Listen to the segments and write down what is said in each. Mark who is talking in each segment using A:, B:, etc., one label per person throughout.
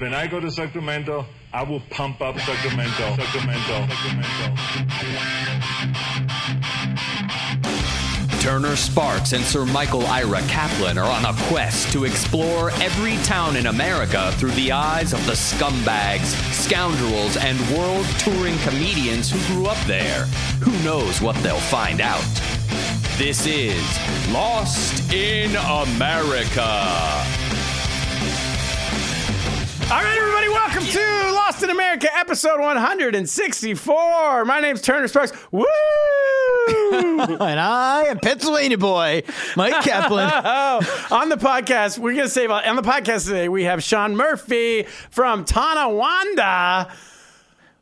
A: When I go to Sacramento, I will pump up Sacramento, Sacramento, Sacramento.
B: Turner Sparks and Sir Michael Ira Kaplan are on a quest to explore every town in America through the eyes of the scumbags, scoundrels, and world touring comedians who grew up there. Who knows what they'll find out? This is Lost in America.
C: All right, everybody, welcome to Lost in America, episode 164. My name's Turner Sparks. Woo!
D: and I am Pennsylvania boy, Mike Kaplan.
C: Oh, on the podcast, we're going to save on the podcast today. We have Sean Murphy from Tonawanda.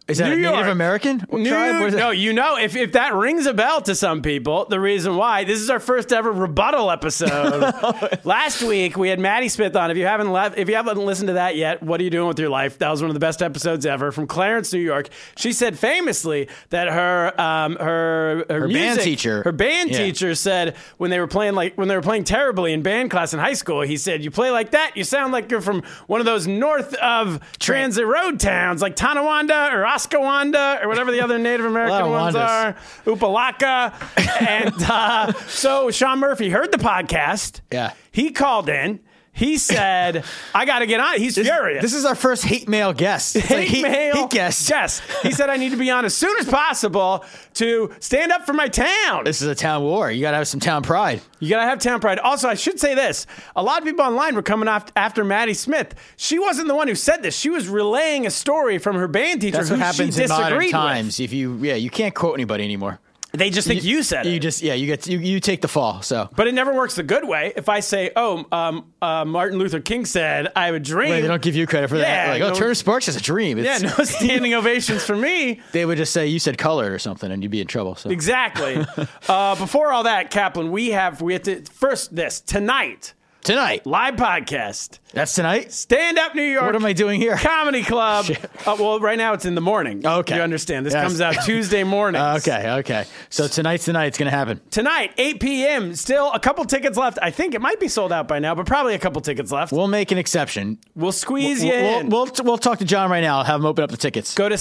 D: Is that
C: New
D: a Native
C: York.
D: American
C: New-
D: tribe? What is that?
C: no, you know, if, if that rings a bell to some people, the reason why this is our first ever rebuttal episode.
D: Oh.
C: Last week we had Maddie Smith on. If you haven't left, if you haven't listened to that yet, what are you doing with your life? That was one of the best episodes ever from Clarence, New York. She said famously that her um, her her,
D: band
C: music-
D: teacher.
C: her band
D: Yeah.
C: teacher said when they were playing like when they were playing terribly in band class in high school, he said, "You play like that, you sound like you're from one of those north of transit road towns like Tonawanda or Oskawanda or whatever the other Native American
D: of
C: ones are,
D: Wandas.
C: Upalaka." and uh, so Sean Murphy heard the podcast.
D: Yeah.
C: he called in. He said, "I got to get on." it." He's furious.
D: This is our first hate mail guest. It's
C: Hate
D: like he,
C: mail.
D: He guessed.
C: Yes. He said, I need to be on as soon as possible to stand up for my town.
D: This is a town war. You got to have some town pride.
C: You gotta have town pride. Also, I should say this: a lot of people online were coming off after Maddie Smith. She wasn't the one who said this. She was relaying a story from her band teacher
D: That's
C: who
D: what happens
C: she
D: in
C: disagreed
D: modern
C: with.
D: times. If you, yeah, you can't quote anybody anymore.
C: They just think you, said it.
D: You just, yeah, you get, you, you take the fall. So
C: but it never works the good way. If I say, "Oh, um, uh, Martin Luther King said, I have a dream,"
D: Wait, they don't give you credit for
C: Yeah,
D: that. Like, oh,
C: no-
D: Turner Sparks has a dream.
C: yeah,
D: It's,
C: no standing ovations for me.
D: They would just say you said colored or something, and you'd be in trouble. So
C: Exactly. uh, before all that, Kaplan, we have we have to first this tonight
D: tonight,
C: live podcast.
D: that's tonight.
C: Stand up, New York.
D: What am I doing here?
C: Comedy Club. Uh, well, right now it's in the morning.
D: Okay.
C: You understand. This
D: Yes.
C: comes out Tuesday morning.
D: Okay, okay. So tonight's the night it's gonna happen.
C: Tonight, 8 p.m. Still a couple tickets left. I think it might be sold out by now, but probably a couple tickets left. We'll,
D: We'll make an exception.
C: squeeze you
D: We'll, we'll,
C: in.
D: we'll, we'll talk to John right now. I'll have him open up the tickets.
C: Go to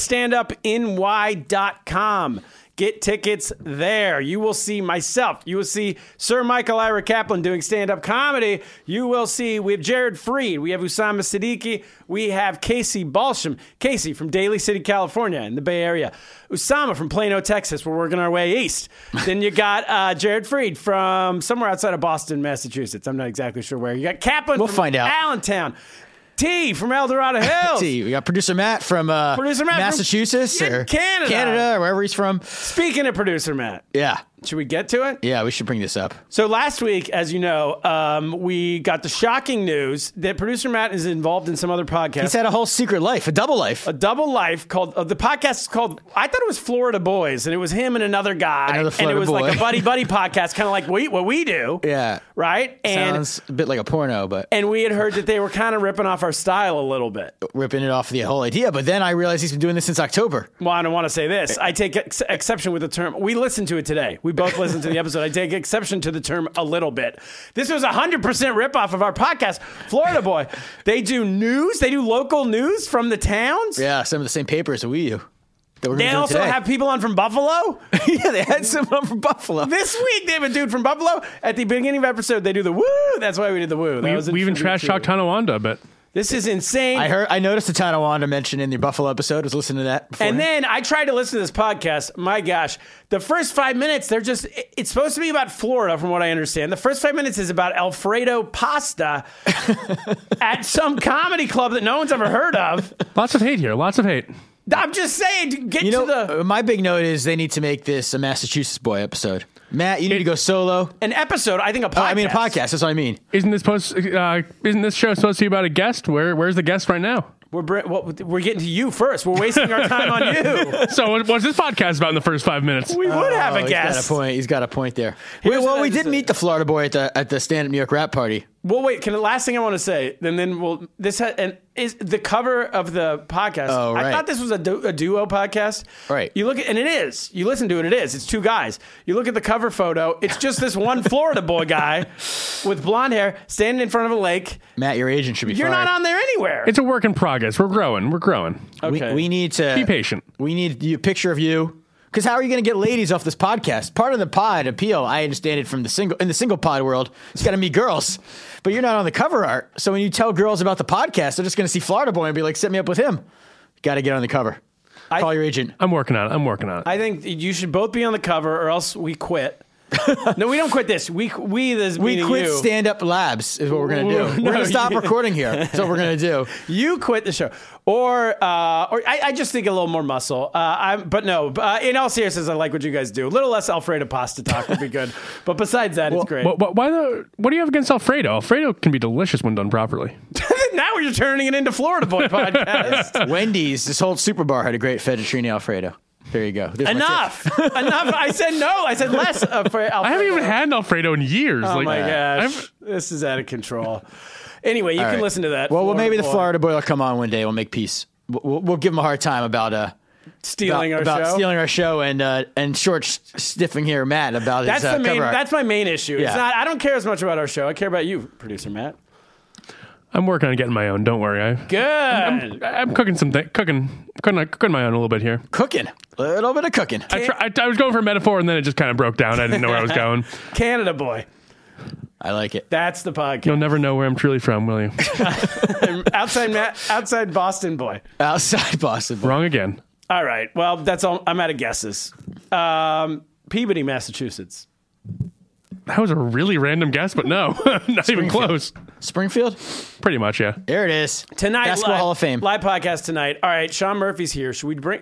C: standupny.com. Get tickets there. You will see myself. You will see Sir Michael Ira Kaplan doing stand up comedy. You will see, we have Jared Freed. We have Usama Siddiqui. We have Casey Balsham. Casey from Daly City, California, in the Bay Area. Usama from Plano, Texas. We're working our way east. then you got uh, Jared Freed from somewhere outside of Boston, Massachusetts. I'm not exactly sure where. You got Kaplan
D: We'll
C: from
D: find out.
C: Allentown. T from El Dorado Hills.
D: See, we got producer Matt from uh,
C: Producer Matt from-
D: Massachusetts
C: Yeah,
D: or
C: Canada.
D: Canada, or wherever he's from.
C: Speaking of producer Matt,
D: Yeah,
C: should we get to it?
D: yeah. We should bring this up.
C: So last week, as you know, um, we got the shocking news that producer Matt is involved in some other podcast,
D: He's had a whole secret life, a double life.
C: a double life called uh, the podcast is called. I thought it was Florida Boys, and it was him and another guy,
D: Another
C: and it
D: Florida
C: was like a
D: boy.
C: buddy buddy podcast, kind of like we, what we do,
D: yeah,
C: right? And
D: sounds a bit like a porno, but
C: and we had heard that they were kind of ripping off our style a little bit.
D: ripping it off the whole idea. But then I realized he's been doing this since October.
C: Well, I don't want to say this. I take ex- exception with the term. We listened to it today. We both listened to the episode. I take exception to the term a little bit. This was a 100% ripoff of our podcast, Florida Boy. They do news, they do local news from the towns.
D: Yeah, some of the same papers that we do. That we're
C: They
D: gonna do
C: also
D: today.
C: have people on from Buffalo.
D: yeah, they had someone from Buffalo.
C: this week, they have a dude from Buffalo. At the beginning of episode, they do the woo. That's why we did the woo. That was a
E: we even
C: tribute
E: trash
C: to-
E: talked Tonawanda a bit.
C: This is insane.
D: I heard. I noticed the Tonawanda mentioned in the Buffalo episode. Was listening to that. Before.
C: And then I tried to listen to this podcast. My gosh, the first five minutes, they're just, it- it's supposed to be about Florida, from what I understand. The first five minutes is about Alfredo Pasta at some comedy club that no one's ever heard of.
E: Lots of hate here. Lots of hate.
C: I'm just saying, to get
D: you know,
C: to the,
D: uh, my big note is they need to make this a Massachusetts boy episode. Matt, you need to go solo.
C: an episode, I think a podcast.
D: Oh, I mean a podcast. That's what I mean.
E: Isn't this post? Uh, isn't this show supposed to be about a guest? Where Where's the guest right now?
C: We're, br- well, we're getting to you first. We're wasting our time on you.
E: So what, what's this podcast about in the first five minutes?
C: We would have
D: Oh,
C: a
D: he's got a
C: guest.
D: point. He's got a point there. Wait,
C: what
D: well,
C: I
D: we
C: just
D: did
C: said.
D: meet the Florida boy at the at the stand up New York rap party.
C: Well, wait. Can the last thing I want to say, then then we'll this ha- and is the cover of the podcast.
D: Oh,
C: I
D: right.
C: thought this was a, du- a duo podcast.
D: Right.
C: You look at and it is. You listen to it. It is. It's two guys. You look at the cover photo. It's just this one Florida boy guy with blonde hair standing in front of a lake.
D: Matt, your agent should be.
C: You're
D: fired.
C: not on there anywhere.
E: It's a work in progress. We're growing. We're growing.
C: okay.
D: We, we need to
E: Be patient.
D: We need you- a picture of you. Because how are you going to get ladies off this podcast? Part of the pod appeal, I understand it from the single in the single pod world. It's got to be girls, but you're not on the cover art. So when you tell girls about the podcast, they're just going to see Florida Boy and be like, "Set me up with him." Got to get on the cover. Call your agent.
E: I'm working on it. I'm working on it.
C: I think you should both be on the cover, or else we quit. no, we don't quit this. We we this
D: We
C: meaning
D: quit
C: you.
D: Stand Up Labs is what we're going to do.
C: Ooh, no,
D: we're going to stop
C: you-
D: recording here. That's what we're going to do.
C: You quit the show, or uh, or I, I just think a little more muscle. Uh, I'm, but no. Uh, in all seriousness, I like what you guys do. A little less Alfredo pasta talk would be good. but besides that, it's great.
E: What, what, why the? What do you have against Alfredo? Alfredo can be delicious when done properly.
C: now you're turning it into Florida Boy podcast.
D: Wendy's. This whole super bar had a great fettuccine alfredo. There you go. There's my
C: enough,
D: tip.
C: enough. I said no. I said less. Uh, for Alfredo.
E: I haven't even had an Alfredo in years.
C: Oh
E: like,
C: my
E: I've-
C: gosh, this is out of control. Anyway, you
D: All
C: can
D: right.
C: listen to that.
D: Well, well, maybe the
C: Boy
D: Florida boy will come on one day. We'll make peace. We'll, we'll, we'll give him a hard time about uh about,
C: stealing our
D: about
C: show.
D: stealing our show and uh, and short s- stiffing here Matt about
C: that's
D: his uh,
C: the main.
D: cover art.
C: That's my main issue. It's
D: Yeah.
C: not. I don't care as much about our show. I care about you, producer Matt.
E: I'm working on getting my own. Don't worry. I,
C: Good.
E: I'm cooking some thi- cooking, cooking, cooking my own a little bit here.
D: cooking a little bit of cooking.
E: I, try, I, I was going for a metaphor and then it just kind of broke down. I didn't know where I was going.
C: Canada boy.
D: I like it.
C: That's the podcast.
E: You'll never know where I'm truly from, will you?
C: outside Ma outside Boston boy.
D: Outside Boston. boy.
E: Wrong again.
C: All right. Well, that's all. I'm out of guesses. Um, Peabody, Massachusetts.
E: That was a really random guess, but no, not even close.
D: Springfield.
E: Pretty much, yeah.
D: There it is.
C: Tonight,
D: Basketball
C: live,
D: Hall of Fame.
C: live podcast tonight. All right, Sean Murphy's here. Should we bring?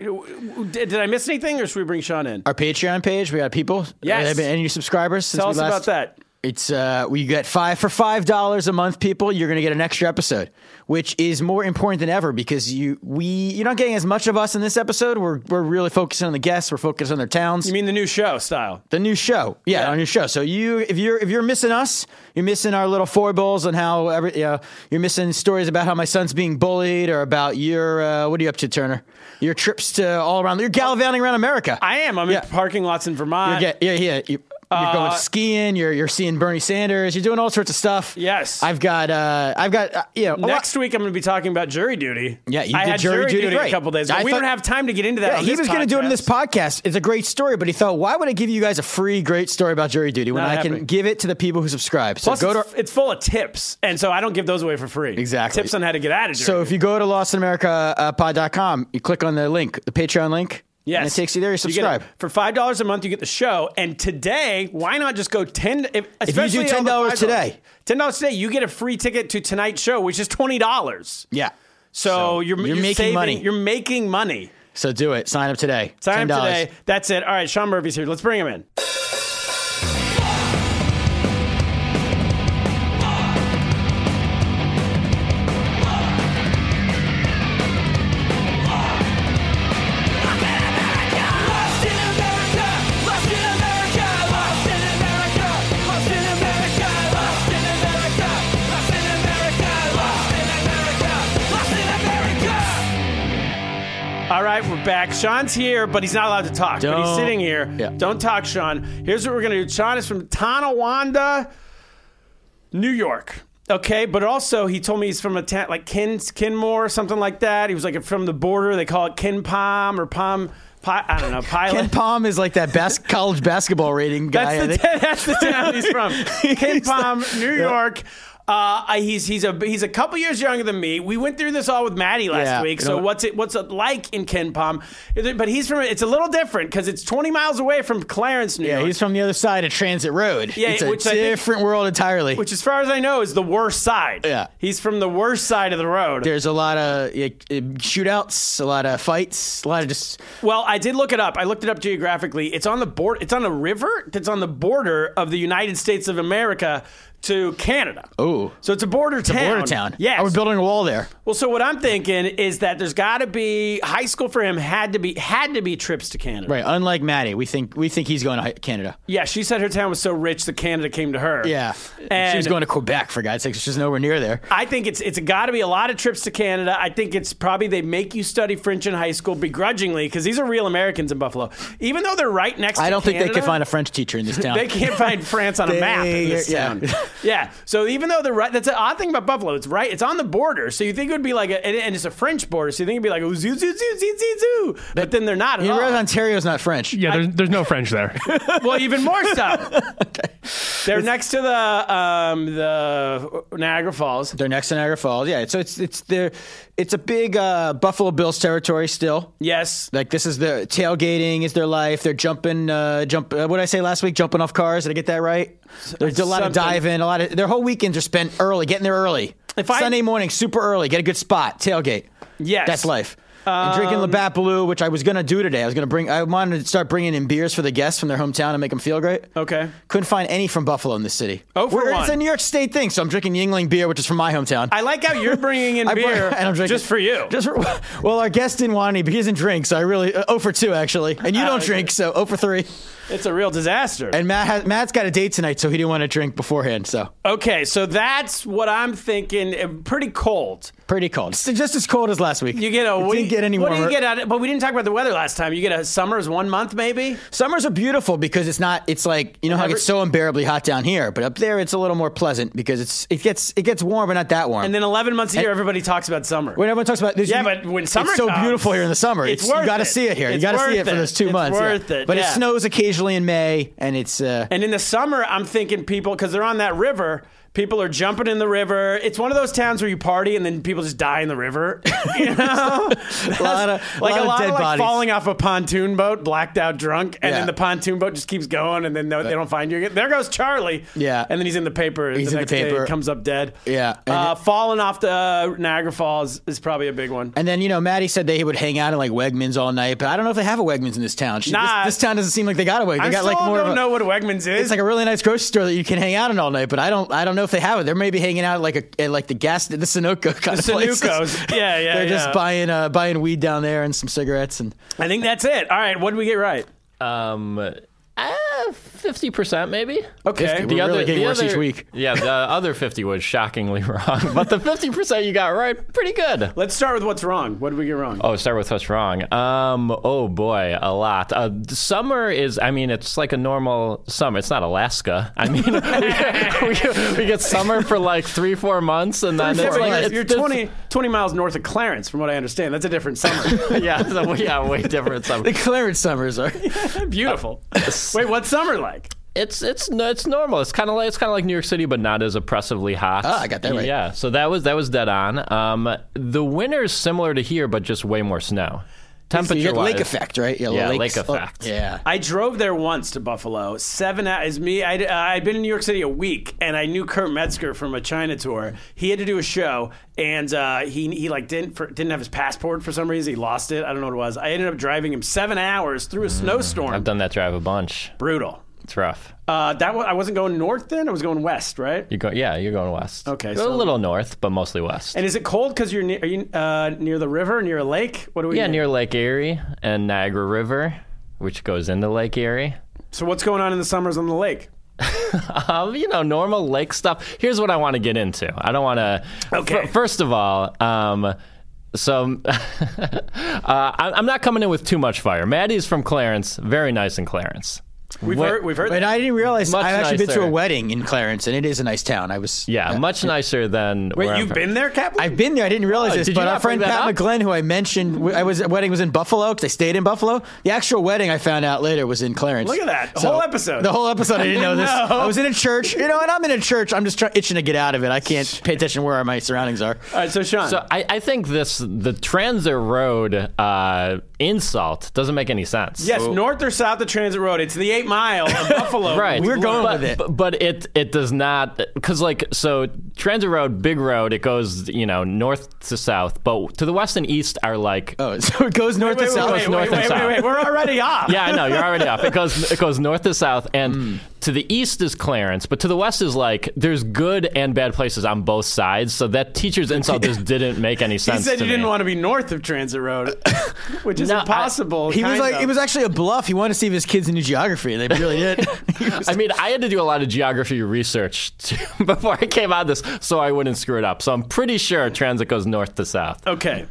C: Did, did I miss anything, or should we bring Sean in?
D: Our Patreon page. We got people.
C: Yes.
D: Uh, they've been- Any new subscribers? Since
C: Tell
D: we
C: us
D: last-
C: about that.
D: It's uh, we got five for five dollars a month, people. You're gonna get an extra episode, which is more important than ever because you we you're not getting as much of us in this episode. We're we're really focusing on the guests. We're focused on their towns,
C: You mean the new show style?
D: the new show, yeah,
C: Yeah.
D: our new show. So you if you're if you're missing us, you're missing our little foibles on how every you know, you're missing stories about how my son's being bullied or about your uh, what are you up to, Turner? Your trips to all around. You're gallivanting around America.
C: I am. I'm
D: Yeah.
C: in parking lots in Vermont.
D: Yeah, yeah, yeah. You, you're going
C: Uh,
D: skiing. You're you're seeing Bernie Sanders. You're doing all sorts of stuff.
C: Yes.
D: I've got uh, I've got uh, you know a lot-
C: Next week, I'm going to be talking about jury duty.
D: Yeah, you
C: I
D: did
C: had
D: jury duty
C: a
D: great.
C: couple days. ago.
D: I
C: we
D: thought-
C: don't have time to get into that.
D: Yeah,
C: on
D: he
C: this
D: was going to do it in this
C: podcast.
D: podcast. It's a great story, but he thought, why would I give you guys a free great story about jury duty when
C: Not
D: I
C: happening.
D: can give it to the people who subscribe? So
C: Plus,
D: go to
C: it's, it's full of tips, and so I don't give those away for free.
D: Exactly.
C: Tips on how to get out of jury.
D: so if you go to uh, lostinamericapod.com, you click on the link, the Patreon link,
C: Yes.
D: and it takes you there. You
C: get
D: subscribe.
C: it. for five dollars a month, you get the show. And today, why not just go ten? If,
D: do
C: especially on the
D: $10
C: $5
D: today.
C: ten dollars today, you get a free ticket to tonight's show, which is twenty dollars.
D: yeah.
C: So, you're,
D: you're making
C: saving-
D: money.
C: You're making money.
D: So do it. Sign up today.
C: Time
D: $10.
C: today. That's it. All right, Sean Murphy's here. Let's bring him in. All right, we're back. Sean's here, but he's not allowed to talk. but he's
D: Don't-
C: sitting here.
D: Yeah.
C: Don't talk, Sean. Here's what we're gonna do. Sean is from Tonawanda, New York. Okay, but also he told me he's from a town like Kin Kinmore, something like that. He was like from the border. They call it Kin Palm or Palm. Pi, I don't know.
D: Ken
C: Pilot.
D: Palm is like that bas- college basketball rating guy.
C: That's
D: I
C: the,
D: think.
C: town- that's the town he's from. Ken Palm, New York. Uh, I- he's he's a he's a couple years younger than me. We went through this all with Maddie last
D: Yeah,
C: week.
D: you
C: So
D: know-
C: what's it what's it like in Ken Palm? But he's from it's a little different because it's 20 miles away from Clarence, New
D: Yeah,
C: York.
D: he's from the other side of Transit Road.
C: Yeah,
D: it's a
C: which I think-
D: different world entirely.
C: which, as far as I know, is the worst side.
D: Yeah.
C: he's from the worst side of the road.
D: There's a lot of uh, shootouts, a lot of fights, a lot of just
C: Well, I did look it up. I looked it up geographically. It's on the board. It's on a river that's on the border of the United States of America to Canada.
D: Ooh.
C: so it's a border town.
D: border town.
C: Yes.
D: Oh, we're building a wall there.
C: well, so what I'm thinking is that there's got to be high school for him had to be had to be trips to Canada.
D: Right. Unlike Maddie, we think we think he's going to hi- Canada.
C: Yeah, she said her town was so rich that Canada came to her.
D: Yeah,
C: and
D: she was going to Quebec for God's sakes. She's nowhere near there.
C: I think it's it's got to be a lot of trips to Canada. I think it's probably they make you study French in high school begrudgingly because these are real Americans in Buffalo, even though they're right next.
D: I
C: to
D: don't think they
C: Canada,
D: could find a French teacher in this town.
C: They can't find France on a map in this
D: They- yeah.
C: town. Yeah. So even though the right, that's the odd thing about Buffalo. It's right. It's on the border. So you think it would be like, a, and- and it's a French border. So you think it'd be like, ooh, zoo, zoo, zoo, zoo, zoo, zoo. But then they're not. At
D: You
C: all.
D: realize Ontario's not French.
E: Yeah, there's, there's no French there.
C: well, even more so. They're next to the um, the Niagara Falls.
D: They're next to Niagara Falls. Yeah, so it's it's there. It's a big uh, Buffalo Bills territory still.
C: Yes.
D: Like this is their tailgating is their life. They're jumping, uh, jump. Uh, what did I say last week? Jumping off cars. Did I get that right? There's a lot of
C: Something.
D: diving. A lot of their whole weekends are spent early, getting there early.
C: If I-
D: Sunday morning, super early, get a good spot, tailgate.
C: Yes. Um,
D: that's life. and drinking Labatt Blue, which I was gonna do today. I was gonna bring. I wanted to start bringing in beers for the guests from their hometown and make them feel great.
C: Okay.
D: Couldn't find any from Buffalo in this city.
C: Oh, for
D: We're-
C: one.
D: It's a New York State thing, so I'm drinking Yingling beer, which is from my hometown.
C: I like how you're bringing in
D: I brought-
C: beer
D: and I'm drinking
C: just for you.
D: Just for, well, our guest didn't want any, but he doesn't drink, so I really uh, 0 for two actually. And you
C: Oh,
D: don't
C: okay.
D: drink, so 0 for three.
C: it's a real disaster.
D: And Matt has, Matt's got a date tonight, so he didn't want to drink beforehand. So
C: okay, so that's what I'm thinking. Uh, Pretty cold.
D: pretty cold. It's just as cold as last week.
C: You get a
D: It
C: we-
D: Didn't get any
C: What do you
D: warmer.
C: get out? Of, but we didn't talk about the weather last time. You get a summer's one month, maybe.
D: Summers are beautiful because it's not. It's like you know how it
C: Every-
D: gets so unbearably hot down here, but up there it's a little more pleasant because it's it gets it gets warm, but not that warm.
C: And then 11 months a year, everybody talks about summer.
D: when everyone talks about this,
C: yeah,
D: you-
C: but when summer
D: it's so
C: comes,
D: beautiful here in the summer.
C: it's
D: It's,
C: worth
D: you got to
C: it.
D: see it here.
C: It's
D: you got to see
C: worth
D: it for
C: it.
D: those two
C: It's
D: months. yeah.
C: worth it,
D: But
C: yeah.
D: it snows occasionally in May, and it's uh,
C: and in the summer, I'm thinking people because they're on that river. People are jumping in the river. It's one of those towns where you party and then people just die in the river. You know,
D: a lot of
C: like
D: lot
C: a
D: of
C: lot
D: dead
C: of like
D: bodies.
C: falling off a pontoon boat, blacked out, drunk, and
D: Yeah.
C: then the pontoon boat just keeps going, and then no, they don't find you again. There goes Charlie.
D: Yeah.
C: and then he's in the paper.
D: He's
C: the
D: in the
C: next day,
D: paper.
C: comes up dead.
D: Yeah, and
C: uh,
D: it-
C: falling off the uh, Niagara Falls is probably a big one.
D: And then you know, Maddie said they would hang out at like Wegmans all night, but I don't know if they have a Wegmans in this town. She,
C: Nah.
D: this, this town doesn't seem like they got a Wegmans.
C: I
D: They got
C: still
D: like more
C: don't
D: of a,
C: know what Wegmans is.
D: It's like a really nice grocery store that you can hang out in all night, but I don't. I don't know if they have it. They're maybe hanging out at like a at like the gas the Sunoco kind of places.
C: Sunoco's. Yeah, yeah,
D: They're
C: yeah.
D: just buying uh, buying weed down there and some cigarettes and
C: I think that's it. All right, what did we get right?
F: Um, fifty percent maybe.
C: Okay.
D: 50. We're really getting worse each week.
F: Yeah, the other fifty was shockingly wrong, but the fifty percent you got right, pretty good.
C: Let's start with what's wrong. What did we get wrong?
F: Oh, start with what's wrong. Um, oh boy, a lot. Uh, the summer is, I mean, it's like a normal summer. It's not Alaska. I mean, we, get- we get- we get summer for like three, four months, and then
C: Yeah,
F: it's
C: but
F: like
C: you're,
F: it's-
C: you're
F: it's-
C: 20, 20 miles north of Clarence, from what I understand. That's a different summer.
F: Yeah, so, yeah, way different summer. Uh,
D: the Clarence summers are.
C: Beautiful. Wait, what's summer like?
F: It's it's no, it's normal. It's kind of like it's kind of like New York City, but not as oppressively hot.
D: Ah, I got that right.
F: Yeah, so that was that was dead on. Um, the winter's similar to here, but just way more snow.
D: you
F: Temperature
D: get lake
F: wise-
D: effect, right?
F: Yeah,
D: lakes-
F: lake effect.
D: oh, yeah.
C: I drove there once to Buffalo. Seven hours. Me, I'd, uh, I'd been in New York City a week, and I knew Kurt Metzger from a China tour. He had to do a show, and uh, he he like didn't for, didn't have his passport for some reason. He lost it. I don't know what it was. I ended up driving him seven hours through a
D: Mm,
C: snowstorm.
F: I've done that drive a bunch.
C: Brutal.
F: It's rough.
C: Uh, that wa- I wasn't going north then. I was going west, right?
F: You go, yeah, you're going west.
C: Okay,
F: a
C: so-
F: little north, but mostly west.
C: And is it cold because you're near, are you uh, near the river, near a lake? What do we?
F: yeah,
C: do?
F: near Lake Erie and Niagara River, which goes into Lake Erie.
C: So what's going on in the summers on the lake?
F: Um, you know, normal lake stuff. Here's what I want to get into. I don't want to.
C: Okay.
F: first of all, um, so uh, I- I'm not coming in with too much fire. Maddie's from Clarence, very nice in Clarence.
C: We've
F: Wait-
C: heard. We've heard.
D: And I didn't realize
F: Much
D: I've actually been to
F: nicer.
D: a wedding in Clarence, and it is a nice town. I was uh,
F: Yeah, much nicer than.
C: Wait,
F: where I'm
C: you've
F: from.
C: been there, Kaplan?
D: I've been there. I didn't realize
F: Oh,
D: this,
F: did you
D: but our
F: not
D: friend
F: bring that
D: Pat
F: up?
D: McGlenn, who I mentioned, w- I was wedding was in Buffalo because I stayed in Buffalo. The actual wedding I found out later was in Clarence.
C: Look at that. Whole episode.
D: The whole episode. I didn't know this.
C: No.
D: I was in a church. You know, and I'm in a church. I'm just try- itching to get out of it. I can't pay attention where my surroundings are.
C: All right, so Sean.
F: So I, I think this the Transit Road uh, insult doesn't make any sense.
C: yes, north or south of Transit Road. It's the eight mile of Buffalo.
F: Right,
D: We're going
F: but,
D: with it.
F: but- but it it does not because like so Transit Road, Big Road, it goes you know north to south, but to the west and east are like
D: Oh, so it goes north
C: Wait,
D: to
C: wait,
D: south.
C: wait,
F: north
C: wait,
F: and
C: wait,
F: south.
C: wait, wait. We're already off.
F: yeah, I know you're already off. It goes it goes north to south, and
C: Hmm.
F: to the east is Clarence, but to the west is like there's good and bad places on both sides. So that teacher's insult just didn't make any
C: He
F: sense.
C: said
F: to
C: you didn't
F: me.
C: want to be north of Transit Road, which is
F: No, I-
C: impossible.
D: He was
C: kind
D: like,
C: of.
D: it was actually a bluff. He wanted to see if his kids knew geography, and they really did.
F: I mean, I had to do a lot of geography research to, before I came on this, so I wouldn't screw it up. So I'm pretty sure transit goes north to south,
C: okay.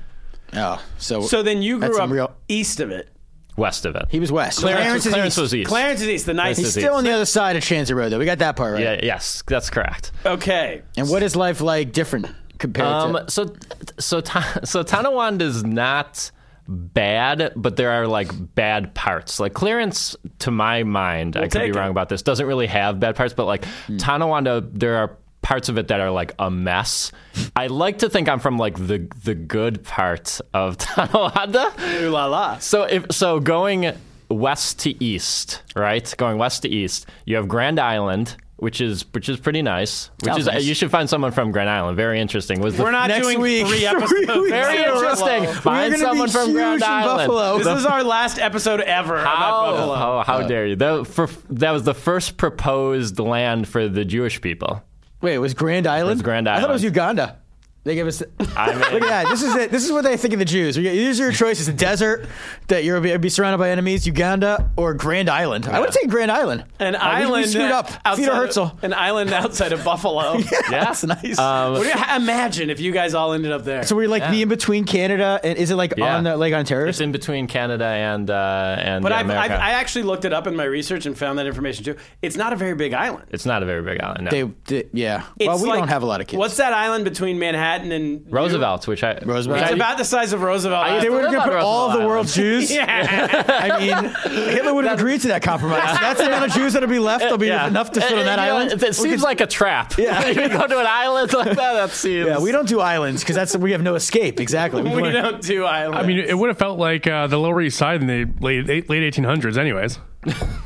D: oh, so
C: So then you
D: That's
C: grew up
D: unreal.
C: east of it.
F: west of it.
D: he was west.
F: Clarence,
D: is
F: Clarence
D: east.
F: was east.
C: Clarence is east. The
D: He's
C: nicest.
F: is
D: still on the other side of Transit Road, though. We got that part right.
F: Yeah, yes, that's correct.
C: Okay.
D: And what is life like different compared
F: Um,
D: to?
F: so, so, Ta- so Tonawand is not bad, but there are like bad parts. Like Clarence, to my mind, I could be
C: take it. Hmm.
F: wrong about this, doesn't really have bad parts, but like Tonawanda, there are parts of it that are like a mess. I like to think I'm from like the the good part of Tonawanda.
C: Ooh la la.
F: So if so, going west to east, right? Going west to east, you have Grand Island, which is which is pretty nice. Which
D: Sounds
F: is
D: nice.
F: you should find someone from Grand Island. Very interesting. Was the
C: Oh, We're not
D: Next
C: doing
D: week.
C: three episodes.
D: Three weeks
F: very
D: in a row.
F: interesting. Find
D: We're gonna
F: someone
D: be
F: from
D: huge
F: Grand
D: in
F: Island.
D: Buffalo.
C: This is our last episode ever about
D: Oh.
F: How,
C: Buffalo.
F: Oh, how,
D: Uh,
F: how dare you? That, for, that was the first proposed land for the Jewish people.
D: Wait, it was Grand Island?
F: Grand
D: I thought it was
F: Island.
D: Uganda. They gave us.
F: I mean,
D: Look at that. This is it. This is what they think of the Jews. We get- These are your choices: desert that you're be, be surrounded by enemies, Uganda, or Grand Island. I would take Grand Island.
C: An
D: Uh, we- we
C: island
D: screwed up.
C: outside
D: Theodore
C: of-
D: Herzl.
C: An island outside of Buffalo. Um,
F: yeah.
D: That's nice.
F: Uh,
C: What do you, imagine if you guys all ended up there.
D: so we're like the in between Canada and is it like
F: Yeah.
D: on the like on
F: It's
D: terrorists?
F: in between Canada and uh, and
C: but
F: yeah,
C: I've, I've,
F: America.
C: I actually looked it up in my research and found that information too. It's not a very big island.
F: it's not a very big island. No.
D: They, they- yeah. well,
C: It's
D: we
C: like-
D: don't have a lot of kids.
C: What's that island between Manhattan and
F: Roosevelt's, which I
D: Roosevelt.
F: which
C: It's
F: I-
C: about the size of Roosevelt.
F: I-
D: they were
F: What
D: going to
F: about
D: put all of
F: Roosevelt
D: the world's Jews.
C: yeah.
D: I mean, Hitler would have agreed to that compromise. That's the amount of Jews that'll be left. There'll be
F: Yeah.
D: enough to fit
F: It-
D: on that
F: you know,
D: island.
F: It, it seems like a trap.
D: Yeah.
F: you go to an island like that. That seems.
D: Yeah, we don't do islands because that's we have no escape. Exactly.
C: we don't do islands.
E: I mean, it would have felt like uh, the Lower East Side in the late eight- late 1800s, anyways.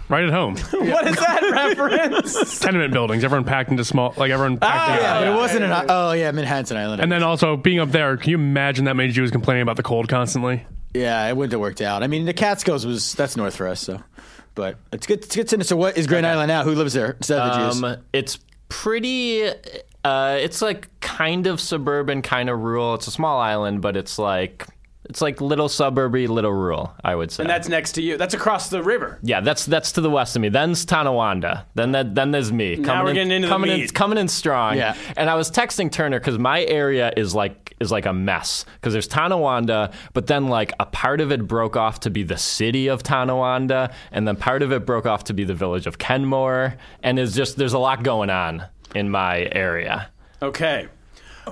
E: right at home,
C: what is that reference?
E: tenement buildings, everyone packed into small, like everyone packed.
C: Ah,
E: in-
D: Yeah, but it wasn't an. Oh yeah, Manhattan Island.
E: And then also being up there, can you imagine that many Jews complaining about the cold constantly?
D: yeah, it wouldn't have worked out. I mean, the Catskills was that's north for us, so. But it's good. It's good to know. So, what is Grand Island now? Who lives there instead of the Jews?
F: Um, it's pretty. Uh, it's like kind of suburban, kind of rural. It's a small island, but it's like it's like little suburby, little rural. I would say.
C: and that's next to you. That's across the river.
F: yeah, that's that's to the west of me. Then's Tonawanda. Then that then there's me. Coming
C: we're
F: in,
C: getting into the
F: coming in,
C: meat.
F: coming in strong.
D: Yeah.
F: And I was texting Turner because my area is like is like a mess because there's Tonawanda, but then like a part of it broke off to be the city of Tonawanda, and then part of it broke off to be the village of Kenmore, and it's just there's a lot going on in my area.
C: Okay.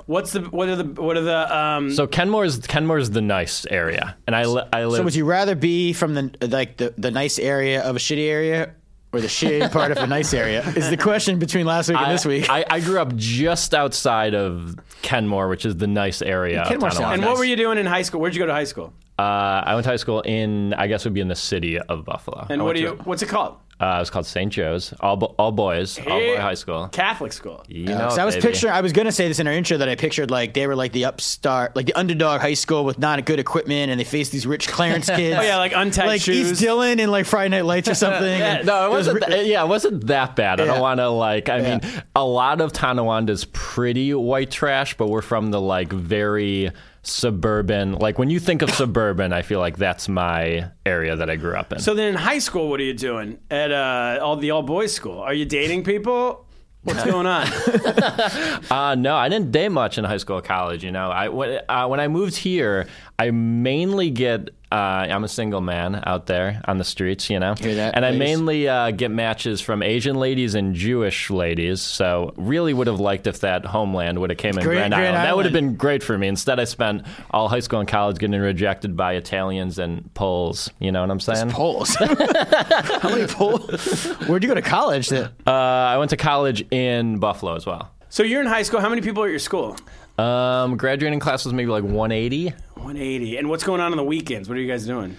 C: What's the what are the what are the um
F: So Kenmore's Kenmore's the nice area, and I li- I live.
D: so, would you rather be from the like the, the nice area of a shitty area, or the shitty part of a nice area? Is the question between last week and
F: I,
D: this week?
F: I, I grew up just outside of Kenmore, which is the nice area. of
D: Kenmore sounds
F: Tonawanda.
C: and
D: nice.
C: what were you doing in high school? Where'd you go to high school?
F: Uh, I went to high school in, I guess, it would be in the city of Buffalo.
C: And
F: I
C: what
F: went
C: do you
F: to-
C: what's it called?
F: Uh, it was called St. Joe's, all, bo- all boys, all boy
C: Hey.
F: high school.
C: Catholic school.
F: You know,
D: So I was
F: baby.
D: picturing. I was gonna say this in our intro that I pictured like they were like the upstart, like the underdog high school with not good equipment, and they faced these rich Clarence kids.
C: Oh yeah, like untied
D: like
C: shoes.
D: East Dillon and like Friday Night Lights or something. and
F: No, it
D: those
F: wasn't.
D: ri-
F: tha- yeah, it wasn't that bad. I
D: Yeah.
F: don't want to like. I mean, a lot of Tonawanda's pretty white trash, but we're from the like very suburban. Like when you think of suburban, I feel like that's my area that I grew up in.
C: So then in high school, what are you doing at uh, all the all boys school? Are you dating people? What's going on?
F: Uh, no, I didn't date much in high school or college. You know, I when, uh, when I moved here, I mainly get uh, I'm a single man out there on the streets, you know.
D: Hear that,
F: and I
D: ladies?
F: mainly uh, get matches from Asian ladies and Jewish ladies. So really would have liked if that homeland would have came in
D: Great-
F: Grand,
D: Grand
F: Island. That would have
D: Island.
F: been great for me. Instead, I spent all high school and college getting rejected by Italians and Poles. You know what I'm saying?
D: Poles. How many poles? Where'd you go to college? That
F: uh, I went to college in Buffalo as well.
C: So you're in high school. How many people are at your school?
F: Um, graduating class was maybe like 180.
C: 180. And what's going on on the weekends? What are you guys doing?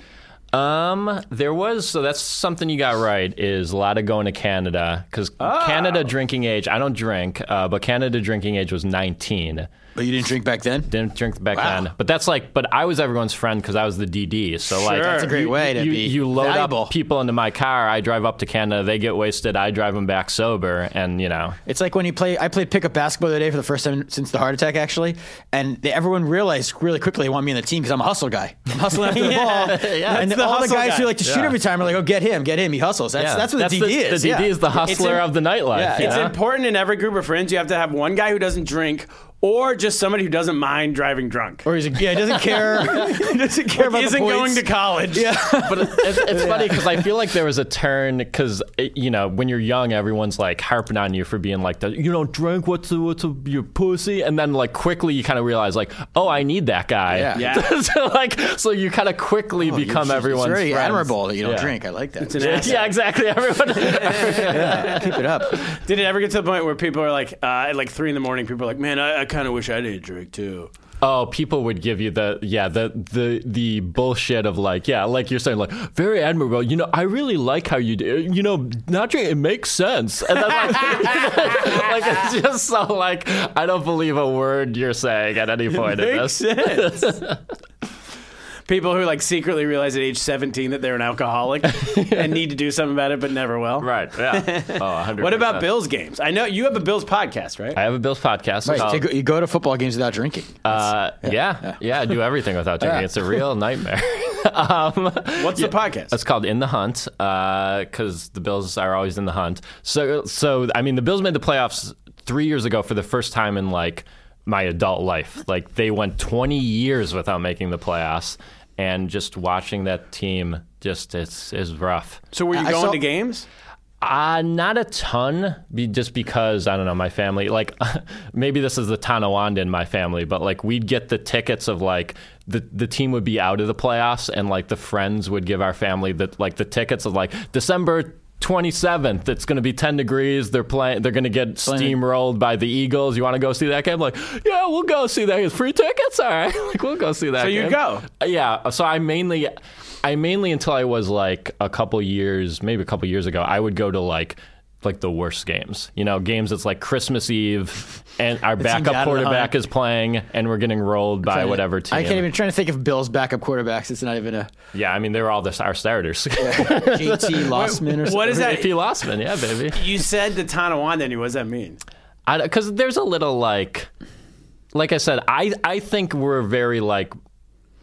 F: Um, there was so that's something you got right is a lot of going to Canada because Canada drinking age. I don't drink, uh, but Canada drinking age was 19.
D: but oh, you didn't drink back then.
F: Didn't drink back
D: Wow.
F: then, but that's like. But I was everyone's friend because I was the DD. So like,
D: That's a great
F: you,
D: way to
F: you,
D: be
F: You load
D: valuable.
F: up people into my car. I drive up to Canada. They get wasted. I drive them back sober, and you know.
D: It's like when you play. I played pickup basketball the other day for the first time since the heart attack, actually, and they, everyone realized really quickly they want me on the team because I'm a hustle guy. I'm hustling after the ball, and
C: That's the
D: all the
C: hustle
D: guys
C: guy.
D: who like to shoot every time are like, "Oh, get him, get him, he hustles." That's
F: yeah.
D: that's what the DD is.
F: The DD
D: yeah.
F: is the hustler
C: in-
F: of the nightlife.
D: Yeah,
F: you
C: It's
F: know?
C: important in every group of friends. You have to have one guy who doesn't drink or just somebody who doesn't mind driving drunk.
D: or he's a, yeah, he doesn't care. he doesn't care about the
C: isn't going
D: points.
C: to college.
F: but it- it's, it's funny because I feel like there was a turn because you know when you're young, everyone's like harping on you for being like, the, you don't drink, what's the, what's the, your pussy, and then like quickly you kind of realize like, oh, I need that guy.
D: Yeah. Oh,
C: Yeah.
F: so like, so you kind of quickly become everyone's
D: It's very
F: friends.
D: admirable that you don't
F: Yeah.
D: drink. I like that.
C: an
F: Yeah,
C: asset.
F: exactly. Everyone.
D: Keep it up.
C: Did it ever get to the point where people are like, uh, at like three in the morning, people are like, man, I, I kind of wish I didn't drink too.
F: oh, people would give you the yeah the the the bullshit of like yeah like you're saying like very admirable. You know, I really like how you do. You know, not drink. It makes sense. And then like, like it's just so like I don't believe a word you're saying at any point in this.
C: sense. people who like secretly realize at age 17 that they're an alcoholic and need to do something about it, but never will.
F: Right. Yeah. Oh, 100
C: What about Bills games? I know you have a Bills podcast, right?
F: I have a Bills podcast.
D: Right,
F: called,
D: so you go- you go to football games without drinking.
F: uh, yeah, yeah, I do everything without drinking.
D: Yeah.
F: It's a real nightmare. um,
C: What's the podcast?
F: It's called In the Hunt because the Bills are always in the hunt. So, so I mean, the Bills made the playoffs three years ago for the first time in like my adult life. Like they went 20 years without making the playoffs, and just watching that team just it's is rough.
C: so were you
D: I
C: going
D: saw-
C: to games?
F: Uh, not a ton, be, just because I don't know my family. Like, maybe this is the Tonawanda in my family, but like we'd get the tickets of like the the team would be out of the playoffs, and like the friends would give our family the like the tickets of like December. 27th it's going to be 10 degrees they're playing they're going to get steamrolled by the eagles you want to go see that game I'm like yeah we'll go see that it's free tickets all right like we'll go see that
C: So you'd
F: game.
C: go?
F: Uh, Yeah. So I mainly, I mainly until I was like a couple years, maybe a couple years ago, I would go to like like the worst games. You know, games that's like Christmas Eve, and our
D: got
F: backup
D: it
F: quarterback
D: on.
F: is playing, and we're getting rolled by whatever team.
D: I can't even trying to think of Bill's backup quarterbacks. It's not even a
F: Yeah, I mean they were all the, our starters.
D: JT Lossman or something.
C: What is that?
F: Iffy Lossman, yeah, baby.
C: You said the Tonawanda, and what does that mean?
F: because there's a little like like i said i i think we're very like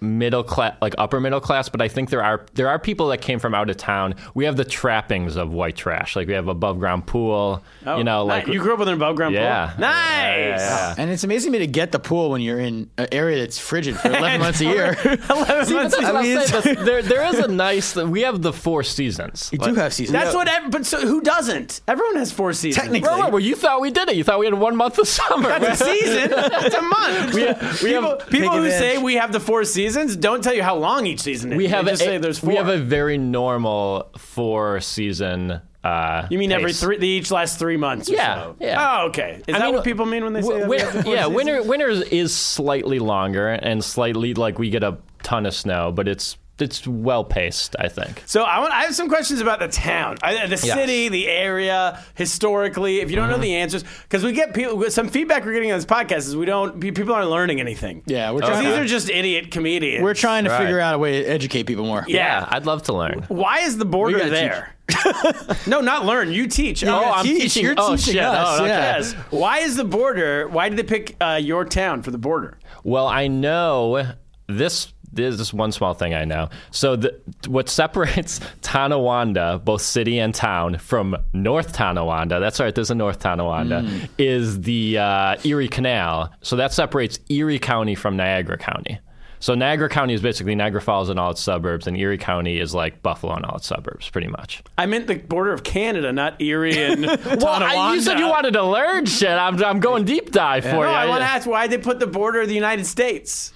F: middle class like upper middle class but i think there are there are people that came from out of town we have the trappings of white trash like we have above ground pool you know like
C: Ni- Oh, you grew up with an above ground
F: yeah
C: pool. Nice.
F: Yeah,
D: And it's amazing to me to get the pool when you're in an area that's frigid for 11 months a year.
F: See, that's what
D: I
F: I'm
D: mean,
F: saying. That's- there, there is a nice. We have the four seasons.
D: You do have seasons.
C: That's what. Ev- but so who doesn't? Everyone has four seasons.
D: Technically.
F: Well, well, you thought we did it. You thought we had one month of summer.
C: That's a season. That's a month.
F: We- we have-
C: people people
D: Take
C: who
D: advantage.
C: say we have the four seasons don't tell you how long each season is.
F: we
C: They
F: have
C: just
F: a,
C: say there's four.
F: we have a very normal four season. Uh,
C: you mean every
F: pace.
C: three? They each last three months. or
F: Yeah,
C: so.
F: yeah.
C: Oh, okay. Is that what people mean when they say
F: wi-
C: that?
F: win- yeah, winter winter is slightly longer and slightly like we get a ton of snow, but it's it's well paced, I think.
C: So I want. I have some questions about the town, I, the city, the area, historically. If you
F: Mm-hmm.
C: don't know the answers, because we get people, some feedback we're getting on this podcast is we don't. pe- People aren't learning anything.
D: Yeah, we're
C: 'Cause
D: trying-
C: These are just idiot comedians.
D: We're trying to
F: Right.
D: figure out a way to educate people more.
C: Yeah.
F: I'd love to learn.
C: Why is the border
D: gotta
C: there? no, not learn. You teach.
D: You
C: oh,
D: gotta
C: I'm
D: teach.
C: teaching.
D: You're
F: oh,
D: teaching
F: shit.
D: us.
F: Oh, okay.
D: yeah.
C: Yes. Why is the border? Why did they pick uh, your town for the border?
F: Well, I know this. This is one small thing I know. So, the, what separates Tonawanda, both city and town, from North Tonawanda, that's right, there's a North Tonawanda, is the uh, Erie Canal. So, that separates Erie County from Niagara County. So Niagara County is basically Niagara Falls and all its suburbs, and Erie County is like Buffalo and all its suburbs, pretty much.
C: I meant the border of Canada, not Erie and Tonawanda.
F: I, you said you wanted to learn shit. I'm, I'm going deep dive for
C: No,
F: you.
C: I want to ask why they put the border of the United States.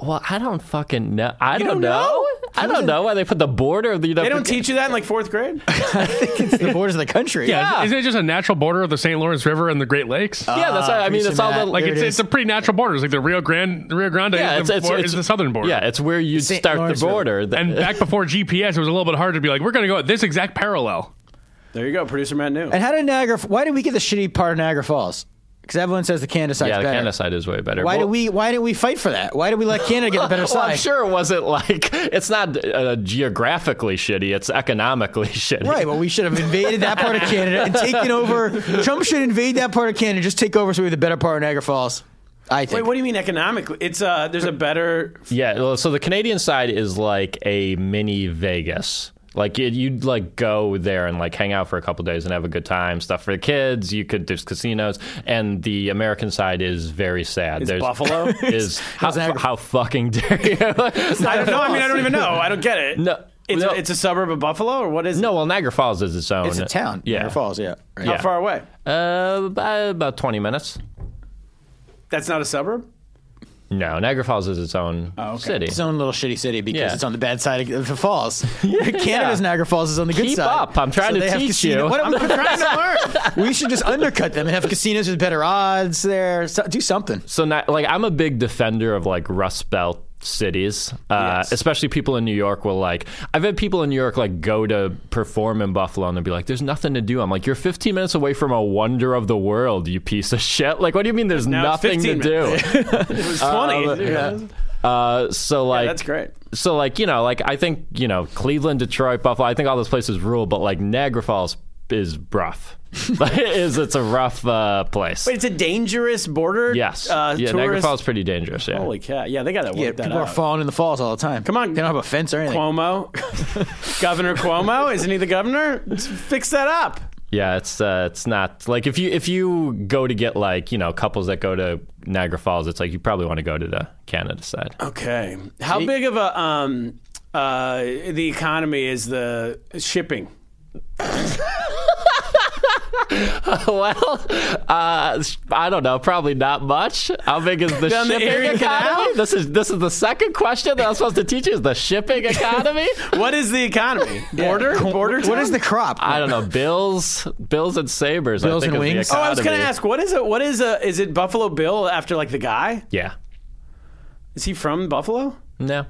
F: Well, I don't fucking know. I don't,
C: don't know?
F: know. I don't know why they put the border of the United
C: They don't teach you that in like fourth grade.
D: It's the borders of the country.
F: Yeah.
E: Isn't it just a natural border of the St. Lawrence River and the Great Lakes?
F: Yeah, that's what, I mean.
D: appreciate
F: It's all
D: that.
F: the
E: like
D: there
E: it's,
D: it
E: it's
D: is.
E: a pretty natural border. It's like the Rio Grande, Rio Grande
F: yeah,
E: is,
F: it's,
E: the,
F: it's,
E: bor-
F: it's-
E: is the southern border.
F: Yeah, it's where you
D: Saint
F: start
D: Lawrence
F: the border.
E: And back before GPS, it was a little bit hard to be like, we're going to go at this exact parallel.
C: There you go, producer Matt New.
D: And how did Niagara? Why did we get the shitty part of Niagara Falls? Because everyone says the Canada side's
F: yeah, the
D: better.
F: Canada side is way better.
D: Why
F: Well-
D: did we? Why did we fight for that? Why did we let Canada get the better
F: Well,
D: side?
F: I'm sure it wasn't like it's not uh, geographically shitty. It's economically shitty.
D: Right. Well, we should have invaded that part of Canada and taken over. Trump should invade that part of Canada. Just take over so we have the better part of Niagara Falls. I think.
C: Wait, what do you mean economically? It's uh, there's a better.
F: Yeah. well, So the Canadian side is like a mini Vegas. Like you'd, you'd like go there and like hang out for a couple days and have a good time. Stuff for the kids. You could there's casinos, and the American side is very sad.
C: Is
F: there's
C: Buffalo?
F: is how,
D: Niagara-
F: how fucking dare you?
C: I don't know. I mean, I don't even know. I don't get it.
F: No,
C: it's,
F: no.
C: A, it's a suburb of Buffalo, or what is?
F: no, well Niagara Falls is its own.
D: It's a town.
F: Yeah.
D: Niagara Falls. Yeah.
C: it?
D: Right.
C: how
F: yeah.
C: far away?
F: Uh, about about twenty minutes.
C: That's not a suburb.
F: No, Niagara Falls is its own city.
D: Its own little shitty city because
F: Yeah.
D: it's on the bad side of the falls. Canada's Niagara Falls is on the good
F: Keep
D: side.
F: up. I'm trying to
D: they have
F: teach
D: casino-
F: you.
D: What am I
C: Trying to learn.
D: we should just undercut them and have casinos with better odds there. So, do something.
F: so not, like I'm a big defender of like Rust Belt cities, uh, especially people in New York will like. I've had people in New York like go to perform in Buffalo and they'll be like, "There's nothing to do." I'm like, "You're 15 minutes away from a wonder of the world, you piece of shit." Like, what do you mean? There's
C: Now it's
F: nothing to
C: 15
F: do.
C: It was funny. Yeah,
F: uh, so like,
C: that's great.
F: so like you know like i think you know cleveland detroit buffalo i think all those places rule but like niagara falls is rough it is it's a rough uh, place
C: But it's a dangerous border.
F: yes
C: Uh,
F: yeah niagara
C: tourist-
F: falls is pretty dangerous yeah
C: Holy cow! Yeah, they gotta work
D: Yeah,
C: that
D: people are
C: out.
D: falling in the falls all the time.
C: Come on.
D: They don't have a fence or anything.
C: Cuomo, Governor Cuomo, isn't he the governor? Let's fix that up.
F: yeah it's uh, it's not like if you if you go to get like you know couples that go to niagara falls it's like you probably want to go to the canada side
C: Okay. How big of a um uh the economy is the shipping?
F: well uh, i don't know probably not much how big is the
C: Down the
F: shipping
C: Erie
F: economy
C: Canal?
F: this is this is the second question that i'm supposed to teach you is the shipping economy
C: What is the economy? Border? Border?
D: What
C: town?
D: is the crop?
F: I don't know. Bills, Bills and Sabers.
D: Bills
F: I think
D: and
F: is the
D: wings?
C: Oh, I was gonna
F: economy.
C: ask, what is it? What is a? Is it Buffalo Bill after like the guy?
F: Yeah.
C: Is he from Buffalo?
F: No,